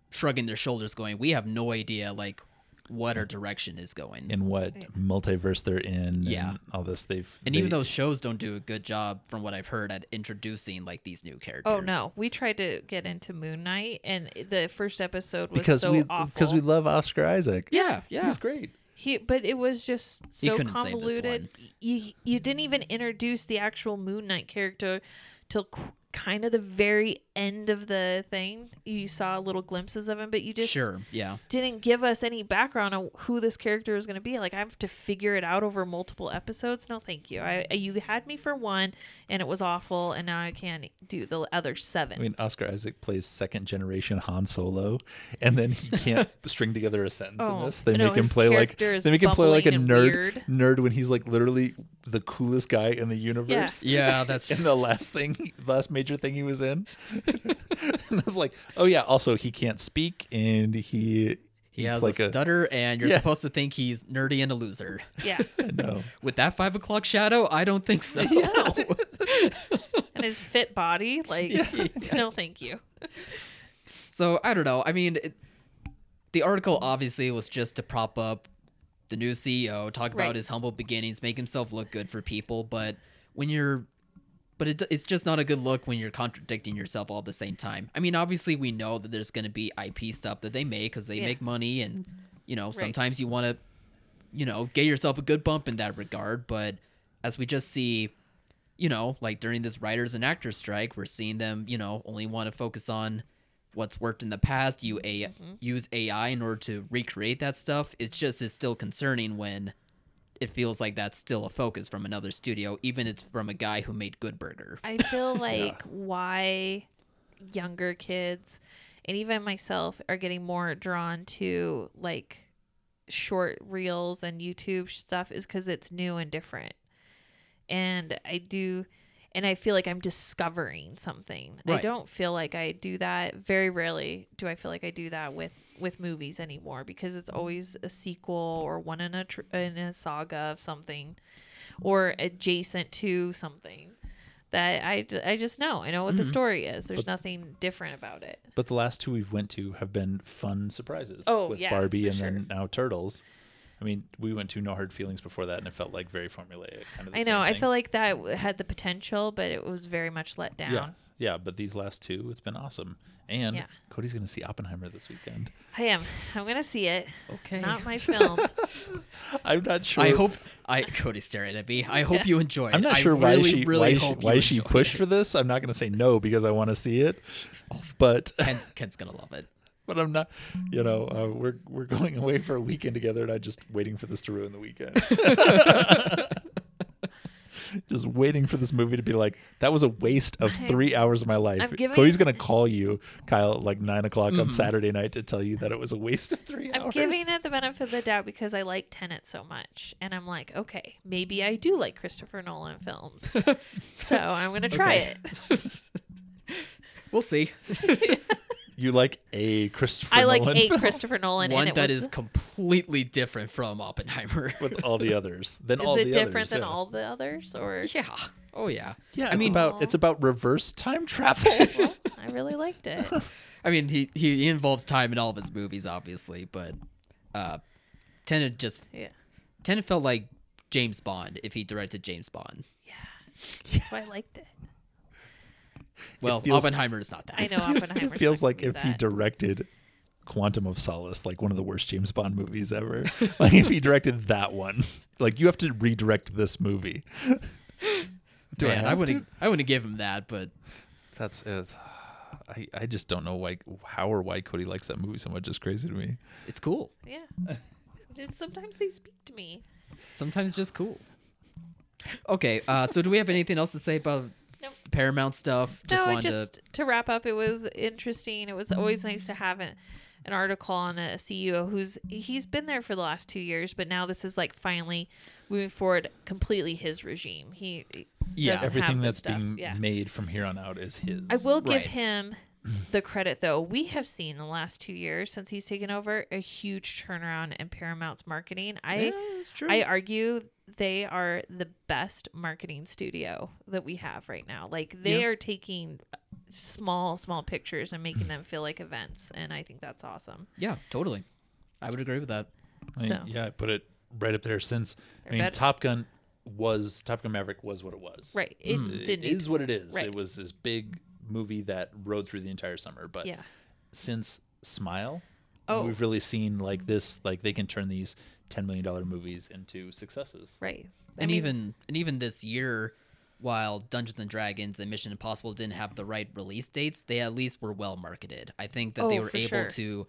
Speaker 3: shrugging their shoulders, going, "We have no idea like what our direction is going."
Speaker 2: In what multiverse they're in?
Speaker 3: Yeah.
Speaker 2: and all this they've
Speaker 3: and even
Speaker 2: they-
Speaker 3: those shows don't do a good job, from what I've heard, at introducing like these new characters.
Speaker 4: Oh no, we tried to get into Moon Knight, and the first episode was
Speaker 2: because
Speaker 4: so
Speaker 2: we
Speaker 4: awful.
Speaker 2: because we love Oscar Isaac.
Speaker 3: Yeah, yeah.
Speaker 2: he's great.
Speaker 4: He, but it was just
Speaker 3: He
Speaker 4: so
Speaker 3: couldn't save this
Speaker 4: convoluted. You, you didn't even introduce the actual Moon Knight character till qu- kind of the very end of the thing. You saw little glimpses of him, but you just
Speaker 3: sure. Yeah.
Speaker 4: didn't give us any background on who this character is going to be. Like I have to figure it out over multiple episodes. No, thank you. I you had me for one, and it was awful, and now I can't do the other seven.
Speaker 2: I mean, Oscar Isaac plays second generation Han Solo, and then he can't string together a sentence in
Speaker 4: Oh,
Speaker 2: this. They
Speaker 4: no,
Speaker 2: make him
Speaker 4: his
Speaker 2: play like
Speaker 4: character is
Speaker 2: they make him play like a
Speaker 4: bumbling and
Speaker 2: nerd
Speaker 4: weird.
Speaker 2: nerd when he's like literally the coolest guy in the universe.
Speaker 3: Yeah, that's
Speaker 2: And the last thing, the last major thing he was in, and I was like, "Oh yeah." Also, he can't speak, and he
Speaker 3: he
Speaker 2: eats
Speaker 3: has
Speaker 2: like
Speaker 3: a stutter, and you're
Speaker 2: Yeah.
Speaker 3: supposed to think he's nerdy and a loser.
Speaker 4: yeah,
Speaker 2: no.
Speaker 3: With that five o'clock shadow, I don't think so.
Speaker 4: and his fit body, like no, thank you.
Speaker 3: So I don't know. I mean, it, the article obviously was just to prop up the new CEO, talk about
Speaker 4: Right.
Speaker 3: his humble beginnings, make himself look good for people. But when you're, but it, it's just not a good look when you're contradicting yourself all at the same time. I mean, obviously we know that there's going to be IP stuff that they make because they
Speaker 4: Yeah.
Speaker 3: make money, and you know sometimes you want to, you know, get yourself a good bump in that regard. But as we just see you know, like during this writers and actors strike, we're seeing them, you know, only want to focus on what's worked in the past. You a use AI in order to recreate that stuff. It's just it's still concerning when it feels like that's still a focus from another studio, even it's from a guy who made Good Burger.
Speaker 4: I feel like why younger kids and even myself are getting more drawn to like short reels and YouTube stuff is because it's new and different. And I do, and I feel like I'm discovering something. I
Speaker 3: Right.
Speaker 4: don't feel like I do that very rarely. Do I feel like I do that with with movies anymore because it's always a sequel or one in a tr- in a saga of something or adjacent to something that I, d- I just know. I know what the story is. There's nothing different about it.
Speaker 2: But the last two we've went to have been fun surprises.
Speaker 4: Oh,
Speaker 2: with
Speaker 4: yeah,
Speaker 2: Barbie
Speaker 4: for
Speaker 2: and then now Turtles. I mean, we went to No Hard Feelings before that, and it felt like very formulaic. Kind of the
Speaker 4: I know.
Speaker 2: Same
Speaker 4: I
Speaker 2: thing.
Speaker 4: feel like that w- had the potential, but it was very much let down.
Speaker 2: Yeah, yeah. But these last two, it's been awesome. And
Speaker 4: Yeah.
Speaker 2: Cody's going to see Oppenheimer this weekend.
Speaker 4: I am. I'm gonna see it.
Speaker 3: Okay.
Speaker 4: Not my film.
Speaker 2: I'm not sure.
Speaker 3: I hope I Cody's staring at me. I hope you enjoy it.
Speaker 2: I'm not
Speaker 3: I
Speaker 2: sure why
Speaker 3: really,
Speaker 2: she
Speaker 3: really
Speaker 2: why she,
Speaker 3: hope you
Speaker 2: why she
Speaker 3: enjoy
Speaker 2: pushed
Speaker 3: it.
Speaker 2: for this. I'm not going to say no because I want to see it, but
Speaker 3: Ken's, Ken's gonna love it.
Speaker 2: but I'm not. You know, uh, we're we're going away for a weekend together, and I'm just waiting for this to ruin the weekend. just waiting for this movie to be like that was a waste of three hours of my life.
Speaker 4: I'm giving-
Speaker 2: Cody's gonna call you, Kyle, at like nine o'clock
Speaker 3: Mm-hmm.
Speaker 2: on Saturday night to tell you that it was a waste of 3
Speaker 4: I'm
Speaker 2: hours.
Speaker 4: giving it the benefit of the doubt because I like Tenet so much, and I'm like, okay, maybe I do like Christopher Nolan films. so I'm gonna try
Speaker 3: Okay.
Speaker 4: it.
Speaker 3: We'll see.
Speaker 2: You like a Christopher
Speaker 4: I like
Speaker 2: Nolan
Speaker 4: a
Speaker 2: film
Speaker 4: Christopher Nolan,
Speaker 3: One
Speaker 4: and it
Speaker 3: that
Speaker 4: was
Speaker 3: is completely different from Oppenheimer.
Speaker 2: with all the others. Then
Speaker 4: is
Speaker 2: all
Speaker 4: it
Speaker 2: the
Speaker 4: different
Speaker 2: others,
Speaker 4: than
Speaker 2: yeah.
Speaker 4: all the others? Or
Speaker 3: yeah. Oh yeah.
Speaker 2: Yeah,
Speaker 3: I
Speaker 2: it's
Speaker 3: mean-
Speaker 2: about it's about reverse time travel.
Speaker 4: well, I really liked it.
Speaker 3: I mean, he, he involves time in all of his movies, obviously, but uh, Tenet just
Speaker 4: Yeah,
Speaker 3: Tenet felt like James Bond if he directed James Bond.
Speaker 4: that's why I liked it.
Speaker 3: Well,
Speaker 2: feels-
Speaker 3: Oppenheimer is not that.
Speaker 4: I know Oppenheimer
Speaker 2: it feels like if
Speaker 4: that.
Speaker 2: he directed Quantum of Solace, like one of the worst James Bond movies ever. like if he directed that one, like you have to redirect this movie. Do
Speaker 3: Man,
Speaker 2: have
Speaker 3: I,
Speaker 2: to?
Speaker 3: wouldn't I wouldn't give him that, but
Speaker 2: That's it. I, I just don't know why how or why Cody likes that movie so much. It's crazy to me.
Speaker 3: It's cool.
Speaker 4: Yeah. Just Sometimes they speak to me.
Speaker 3: Sometimes just cool. Okay, uh, so do we have anything else to say about
Speaker 4: Nope.
Speaker 3: Paramount stuff? Just
Speaker 4: no,
Speaker 3: wanted
Speaker 4: just
Speaker 3: to
Speaker 4: to... wrap up, it was interesting. It was always nice to have an, an article on a CEO who's he's been there for the last two years, but now this is like finally moving forward completely his regime. He he
Speaker 3: Yeah.
Speaker 4: doesn't have
Speaker 2: Everything
Speaker 4: the
Speaker 2: that's
Speaker 4: stuff.
Speaker 2: being
Speaker 4: yeah.
Speaker 2: made from here on out is his.
Speaker 4: I will give
Speaker 3: Right.
Speaker 4: him the credit though. We have seen the last two years since he's taken over a huge turnaround in Paramount's marketing. I
Speaker 3: Yeah, it's true.
Speaker 4: I argue they are the best marketing studio that we have right now. Like they
Speaker 3: Yeah.
Speaker 4: are taking small, small pictures and making them feel like events, and I think that's awesome.
Speaker 3: yeah, totally. I would agree with that.
Speaker 2: I mean,
Speaker 4: So.
Speaker 2: yeah, I put it right up there since I
Speaker 4: They're
Speaker 2: mean
Speaker 4: better.
Speaker 2: Top Gun was Top Gun Maverick was what it was.
Speaker 4: Right? It
Speaker 2: Hmm. It
Speaker 4: didn't.
Speaker 2: is what it is.
Speaker 4: Right.
Speaker 2: It was this big movie that rode through the entire summer. But
Speaker 4: Yeah.
Speaker 2: since Smile,
Speaker 4: Oh.
Speaker 2: we've really seen like this, like they can turn these ten million dollar movies into successes.
Speaker 4: Right. I
Speaker 3: and
Speaker 4: mean,
Speaker 3: even and even this year, while Dungeons and Dragons and Mission Impossible didn't have the right release dates, they at least were well marketed. I think that they
Speaker 4: Oh,
Speaker 3: were
Speaker 4: for
Speaker 3: able
Speaker 4: sure.
Speaker 3: to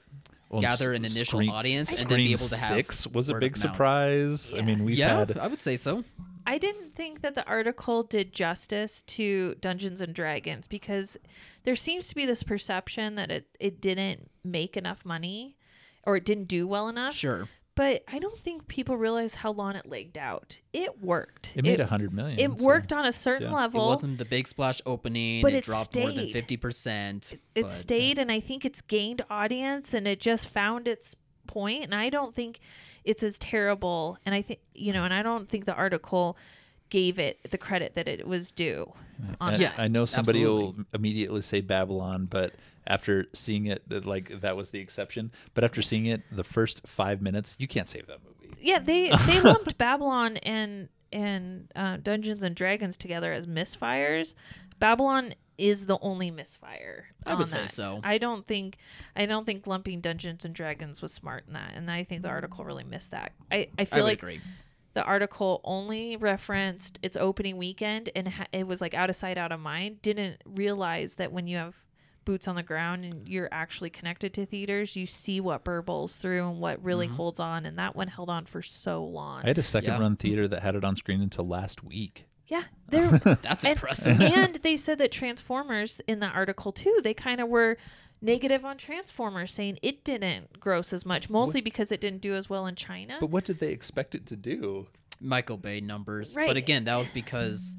Speaker 2: Well,
Speaker 3: gather
Speaker 2: S-
Speaker 3: an initial
Speaker 2: Scream-
Speaker 3: audience and then
Speaker 2: Scream
Speaker 3: be able to have
Speaker 2: Six was a
Speaker 3: word
Speaker 2: big
Speaker 3: of mouth.
Speaker 2: surprise. I
Speaker 4: Yeah.
Speaker 2: mean, we've
Speaker 3: yeah,
Speaker 2: had
Speaker 3: I would say so.
Speaker 4: I didn't think that the article did justice to Dungeons and Dragons because there seems to be this perception that it, it didn't make enough money or it didn't do well enough.
Speaker 3: Sure.
Speaker 4: But I don't think people realize how long it legged out. It worked.
Speaker 2: it made a hundred million.
Speaker 4: It
Speaker 2: so-
Speaker 4: worked on a certain
Speaker 2: yeah. It
Speaker 4: level.
Speaker 3: It wasn't the big splash opening.
Speaker 4: But
Speaker 3: it,
Speaker 4: it
Speaker 3: dropped more than
Speaker 4: stayed.
Speaker 3: fifty percent.
Speaker 4: it stayed and i think it's gained audience and it just found its point and i don't think it's as terrible and i think you know and i don't think the article gave it the credit that it was due on
Speaker 2: And
Speaker 3: Yeah,
Speaker 4: that.
Speaker 2: I know somebody
Speaker 3: absolutely.
Speaker 2: will immediately say Babylon, but after seeing it, that, like that was the exception. But after seeing it, the first five minutes, you can't save that movie.
Speaker 4: yeah they they lumped babylon and and uh, dungeons and dragons together as misfires babylon is the only misfire
Speaker 3: I would
Speaker 4: on
Speaker 3: say
Speaker 4: that.
Speaker 3: so.
Speaker 4: i don't think i don't think lumping dungeons and dragons was smart in that and i think the article really missed that i i
Speaker 3: Mm. I
Speaker 4: feel
Speaker 3: would
Speaker 4: like
Speaker 3: agree.
Speaker 4: the article only referenced its opening weekend and ha- it was like out of sight out of mind didn't realize that when you have boots on the ground and you're actually connected to theaters you see what burbles through and what really holds on and that one held on for so long
Speaker 2: I had a second
Speaker 3: Yeah.
Speaker 2: run theater that had it on screen until last week.
Speaker 4: yeah there
Speaker 3: That's
Speaker 4: and,
Speaker 3: impressive.
Speaker 4: and they said that transformers in the article too they kind of were negative on transformers saying it didn't gross as much mostly because it didn't do as well in china
Speaker 2: But what did they expect it to do?
Speaker 3: Michael Bay numbers,
Speaker 4: Right.
Speaker 3: but again, that was because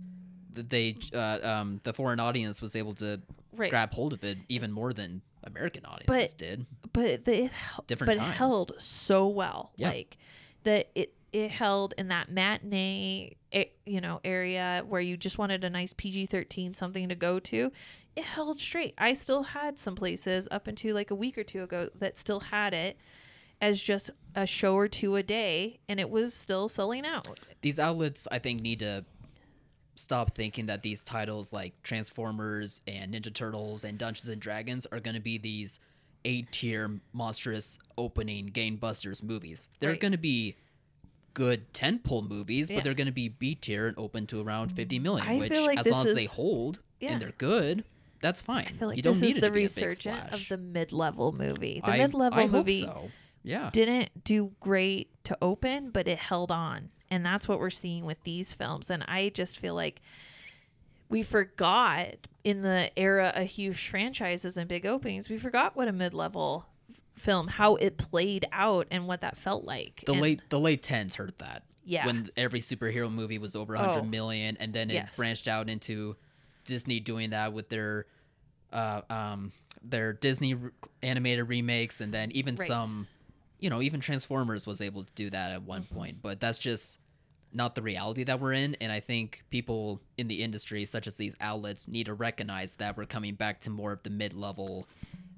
Speaker 3: th- they uh, um, the foreign audience was able to
Speaker 4: Right.
Speaker 3: grab hold of it even more than American audiences did.
Speaker 4: but the, it hel-
Speaker 3: Different
Speaker 4: but
Speaker 3: time.
Speaker 4: it held so well
Speaker 3: Yeah.
Speaker 4: like that it it held in that matinee a- you know area where you just wanted a nice pg-13 something to go to it held straight i still had some places up until like a week or two ago that still had it as just a show or two a day and it was still selling out
Speaker 3: These outlets, I think, need to stop thinking that these titles like Transformers and Ninja Turtles and Dungeons and Dragons are going to be these A tier monstrous opening game busters movies. They're
Speaker 4: Right.
Speaker 3: going to be good tentpole movies,
Speaker 4: Yeah.
Speaker 3: but they're going to be B tier and open to around 50 million,
Speaker 4: I
Speaker 3: which
Speaker 4: feel like
Speaker 3: as
Speaker 4: this
Speaker 3: long as they
Speaker 4: is-
Speaker 3: hold
Speaker 4: Yeah.
Speaker 3: and they're good, that's fine.
Speaker 4: i feel like
Speaker 3: you don't
Speaker 4: this
Speaker 3: need
Speaker 4: is
Speaker 3: it
Speaker 4: the
Speaker 3: to be a big
Speaker 4: resurgent of
Speaker 3: splash.
Speaker 4: the mid-level movie the
Speaker 3: I- I
Speaker 4: mid-level
Speaker 3: hope
Speaker 4: movie
Speaker 3: so. Yeah.
Speaker 4: didn't do great to open, but it held on. And that's what we're seeing with these films. And I just feel like we forgot in the era of huge franchises and big openings, we forgot what a mid level film, how it played out and what that felt like.
Speaker 3: The
Speaker 4: And-
Speaker 3: late the late tens hurt that.
Speaker 4: Yeah.
Speaker 3: When every superhero movie was over
Speaker 4: Oh.
Speaker 3: hundred million, and then it
Speaker 4: Yes.
Speaker 3: branched out into Disney doing that with their uh um their Disney re- animated remakes and then even
Speaker 4: Right.
Speaker 3: some you know, even Transformers was able to do that at
Speaker 4: Mm-hmm.
Speaker 3: one point, but that's just not the reality that we're in and I think people in the industry such as these outlets need to recognize that we're coming back to more of the mid-level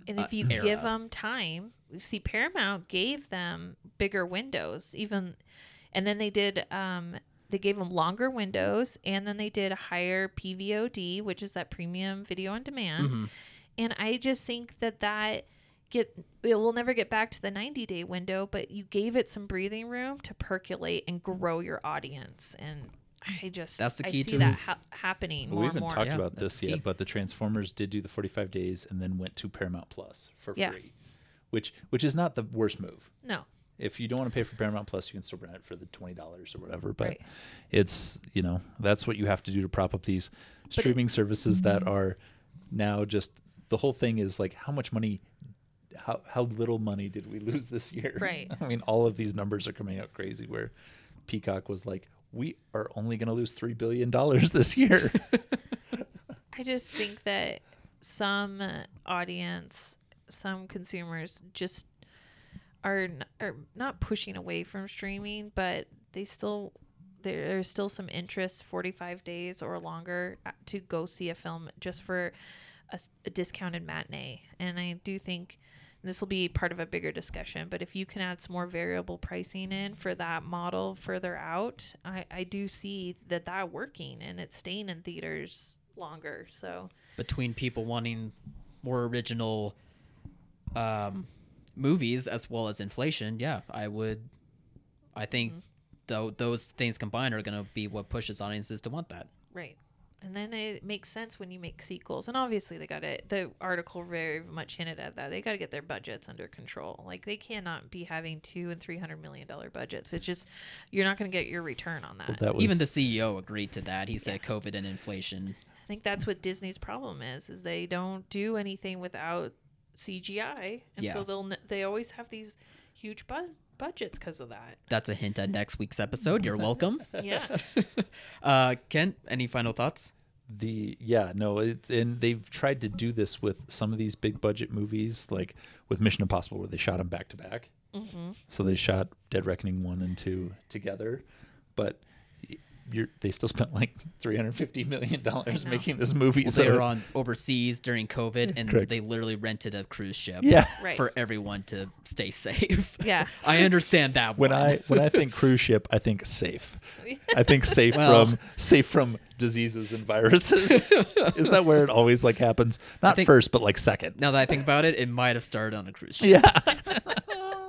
Speaker 4: And
Speaker 3: uh,
Speaker 4: if you give 'em
Speaker 3: era.
Speaker 4: give them time, you see, Paramount gave them bigger windows, even, and then they did. Um, they gave them longer windows, and then they did higher PVOD, which is that premium video on demand.
Speaker 3: Mm-hmm.
Speaker 4: And I just think that that get it will never get back to the 90 day window, but you gave it some breathing room to percolate and grow your audience. And I just
Speaker 3: That's the
Speaker 4: I
Speaker 3: key
Speaker 4: see
Speaker 3: to-
Speaker 4: that ha- happening
Speaker 2: Well,
Speaker 4: more
Speaker 2: we
Speaker 4: and
Speaker 2: haven't
Speaker 4: more.
Speaker 2: talked
Speaker 3: Yeah,
Speaker 2: about
Speaker 3: that's
Speaker 2: this
Speaker 3: key.
Speaker 2: yet, but the Transformers did do the 45 days and then went to Paramount Plus for
Speaker 4: Yeah.
Speaker 2: free, which which is not the worst move.
Speaker 4: No,
Speaker 2: If you don't want to pay for Paramount Plus, you can still rent it for the twenty dollars or whatever. But
Speaker 4: Right.
Speaker 2: it's you know that's what you have to do to prop up these streaming services
Speaker 4: Mm-hmm.
Speaker 2: that are now just the whole thing is like how much money. How, how little money did we lose this year?
Speaker 4: Right.
Speaker 2: I mean, all of these numbers are coming out crazy. Where Peacock was like, "We are only going to lose three billion dollars this year."
Speaker 4: I just think that some audience, some consumers just are, n- are not pushing away from streaming, but they still there- there's still some interest 45 days or longer uh, to go see a film just for a, s- a discounted matinee. And I do think this will be part of a bigger discussion, but if you can add some more variable pricing in for that model further out, I, I do see that that working and it's staying in theaters longer. So
Speaker 3: between people wanting more original um, movies as well as inflation, yeah, I would. I
Speaker 4: Mm-hmm.
Speaker 3: think though those things combined are going to be what pushes audiences to want that.
Speaker 4: Right. And then it makes sense when you make sequels. And obviously they got it. The article very much hinted at that. They got to get their budgets under control. Like they cannot be having 2 and 300 million dollar budgets. It's just you're not going to get your return on that.
Speaker 2: Well, that was
Speaker 3: Even the CEO agreed to that. He said COVID and inflation.
Speaker 4: I think that's what Disney's problem is is they don't do anything without CGI. And
Speaker 3: Yeah.
Speaker 4: so they'll n- they always have these huge buzz budgets because of that.
Speaker 3: That's a hint at next week's episode. You're welcome.
Speaker 4: Yeah.
Speaker 3: uh, Kent, any final thoughts?
Speaker 2: the yeah no it, and they've tried to do this with some of these big budget movies like with mission impossible where they shot them back to back so they shot dead reckoning one and two together but y- you're, they still spent like 350 million dollars
Speaker 4: know.
Speaker 2: making this movie so
Speaker 3: they were on overseas during COVID, and
Speaker 2: Correct.
Speaker 3: they literally rented a cruise ship.
Speaker 2: yeah
Speaker 4: Right.
Speaker 3: For everyone to stay safe.
Speaker 4: Yeah.
Speaker 3: I understand that
Speaker 2: when
Speaker 3: one.
Speaker 2: i when i think cruise ship i think safe i think safe
Speaker 3: Well-
Speaker 2: from safe from diseases and viruses is that where it always like happens not
Speaker 3: think-
Speaker 2: first but like second
Speaker 3: Now that I think about it, it might have started on a cruise ship.
Speaker 2: yeah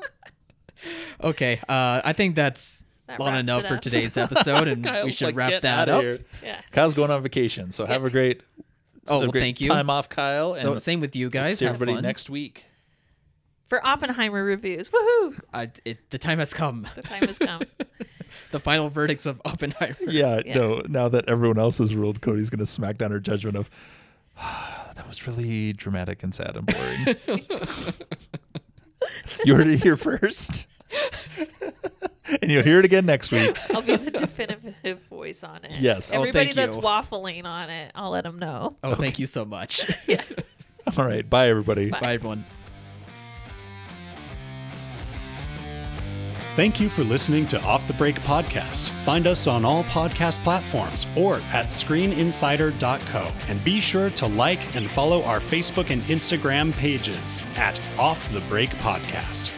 Speaker 3: Okay, uh, I think that's
Speaker 4: That
Speaker 3: long
Speaker 4: wraps
Speaker 3: enough
Speaker 4: it
Speaker 3: for
Speaker 4: up.
Speaker 3: today's episode, and we
Speaker 2: Kyle's
Speaker 3: should
Speaker 2: like,
Speaker 3: wrap
Speaker 2: "Get
Speaker 3: that
Speaker 2: outta
Speaker 3: up.
Speaker 2: here."
Speaker 4: yeah.
Speaker 2: Kyle's going on vacation, so have a great.
Speaker 3: Oh,
Speaker 2: a
Speaker 3: well,
Speaker 2: great
Speaker 3: thank you.
Speaker 2: Time off, Kyle.
Speaker 3: So
Speaker 2: and
Speaker 3: same with you
Speaker 2: we'll
Speaker 3: guys.
Speaker 2: See
Speaker 3: Have
Speaker 2: everybody
Speaker 3: fun.
Speaker 2: next week.
Speaker 4: For Oppenheimer reviews. Woohoo.
Speaker 3: I, it, the time has come.
Speaker 4: The time has come.
Speaker 3: The final verdicts of Oppenheimer.
Speaker 2: Yeah,
Speaker 4: Yeah.
Speaker 2: no. Now that everyone else has ruled, Cody's going to smack down her judgment of. that was really dramatic and sad and boring. you heard it here first, and you'll hear it again next week.
Speaker 4: I'll be the definitive voice on it.
Speaker 2: Yes. Oh,
Speaker 4: Everybody
Speaker 3: thank
Speaker 4: that's
Speaker 3: you.
Speaker 4: waffling on it, I'll let them know.
Speaker 3: Oh, thank you so much.
Speaker 2: All right, bye everybody.
Speaker 3: Bye, everyone.
Speaker 1: Thank you for listening to Off the Break Podcast. Find us on all podcast platforms or at screeninsider.co. And be sure to like and follow our Facebook and Instagram pages at Off the Break Podcast.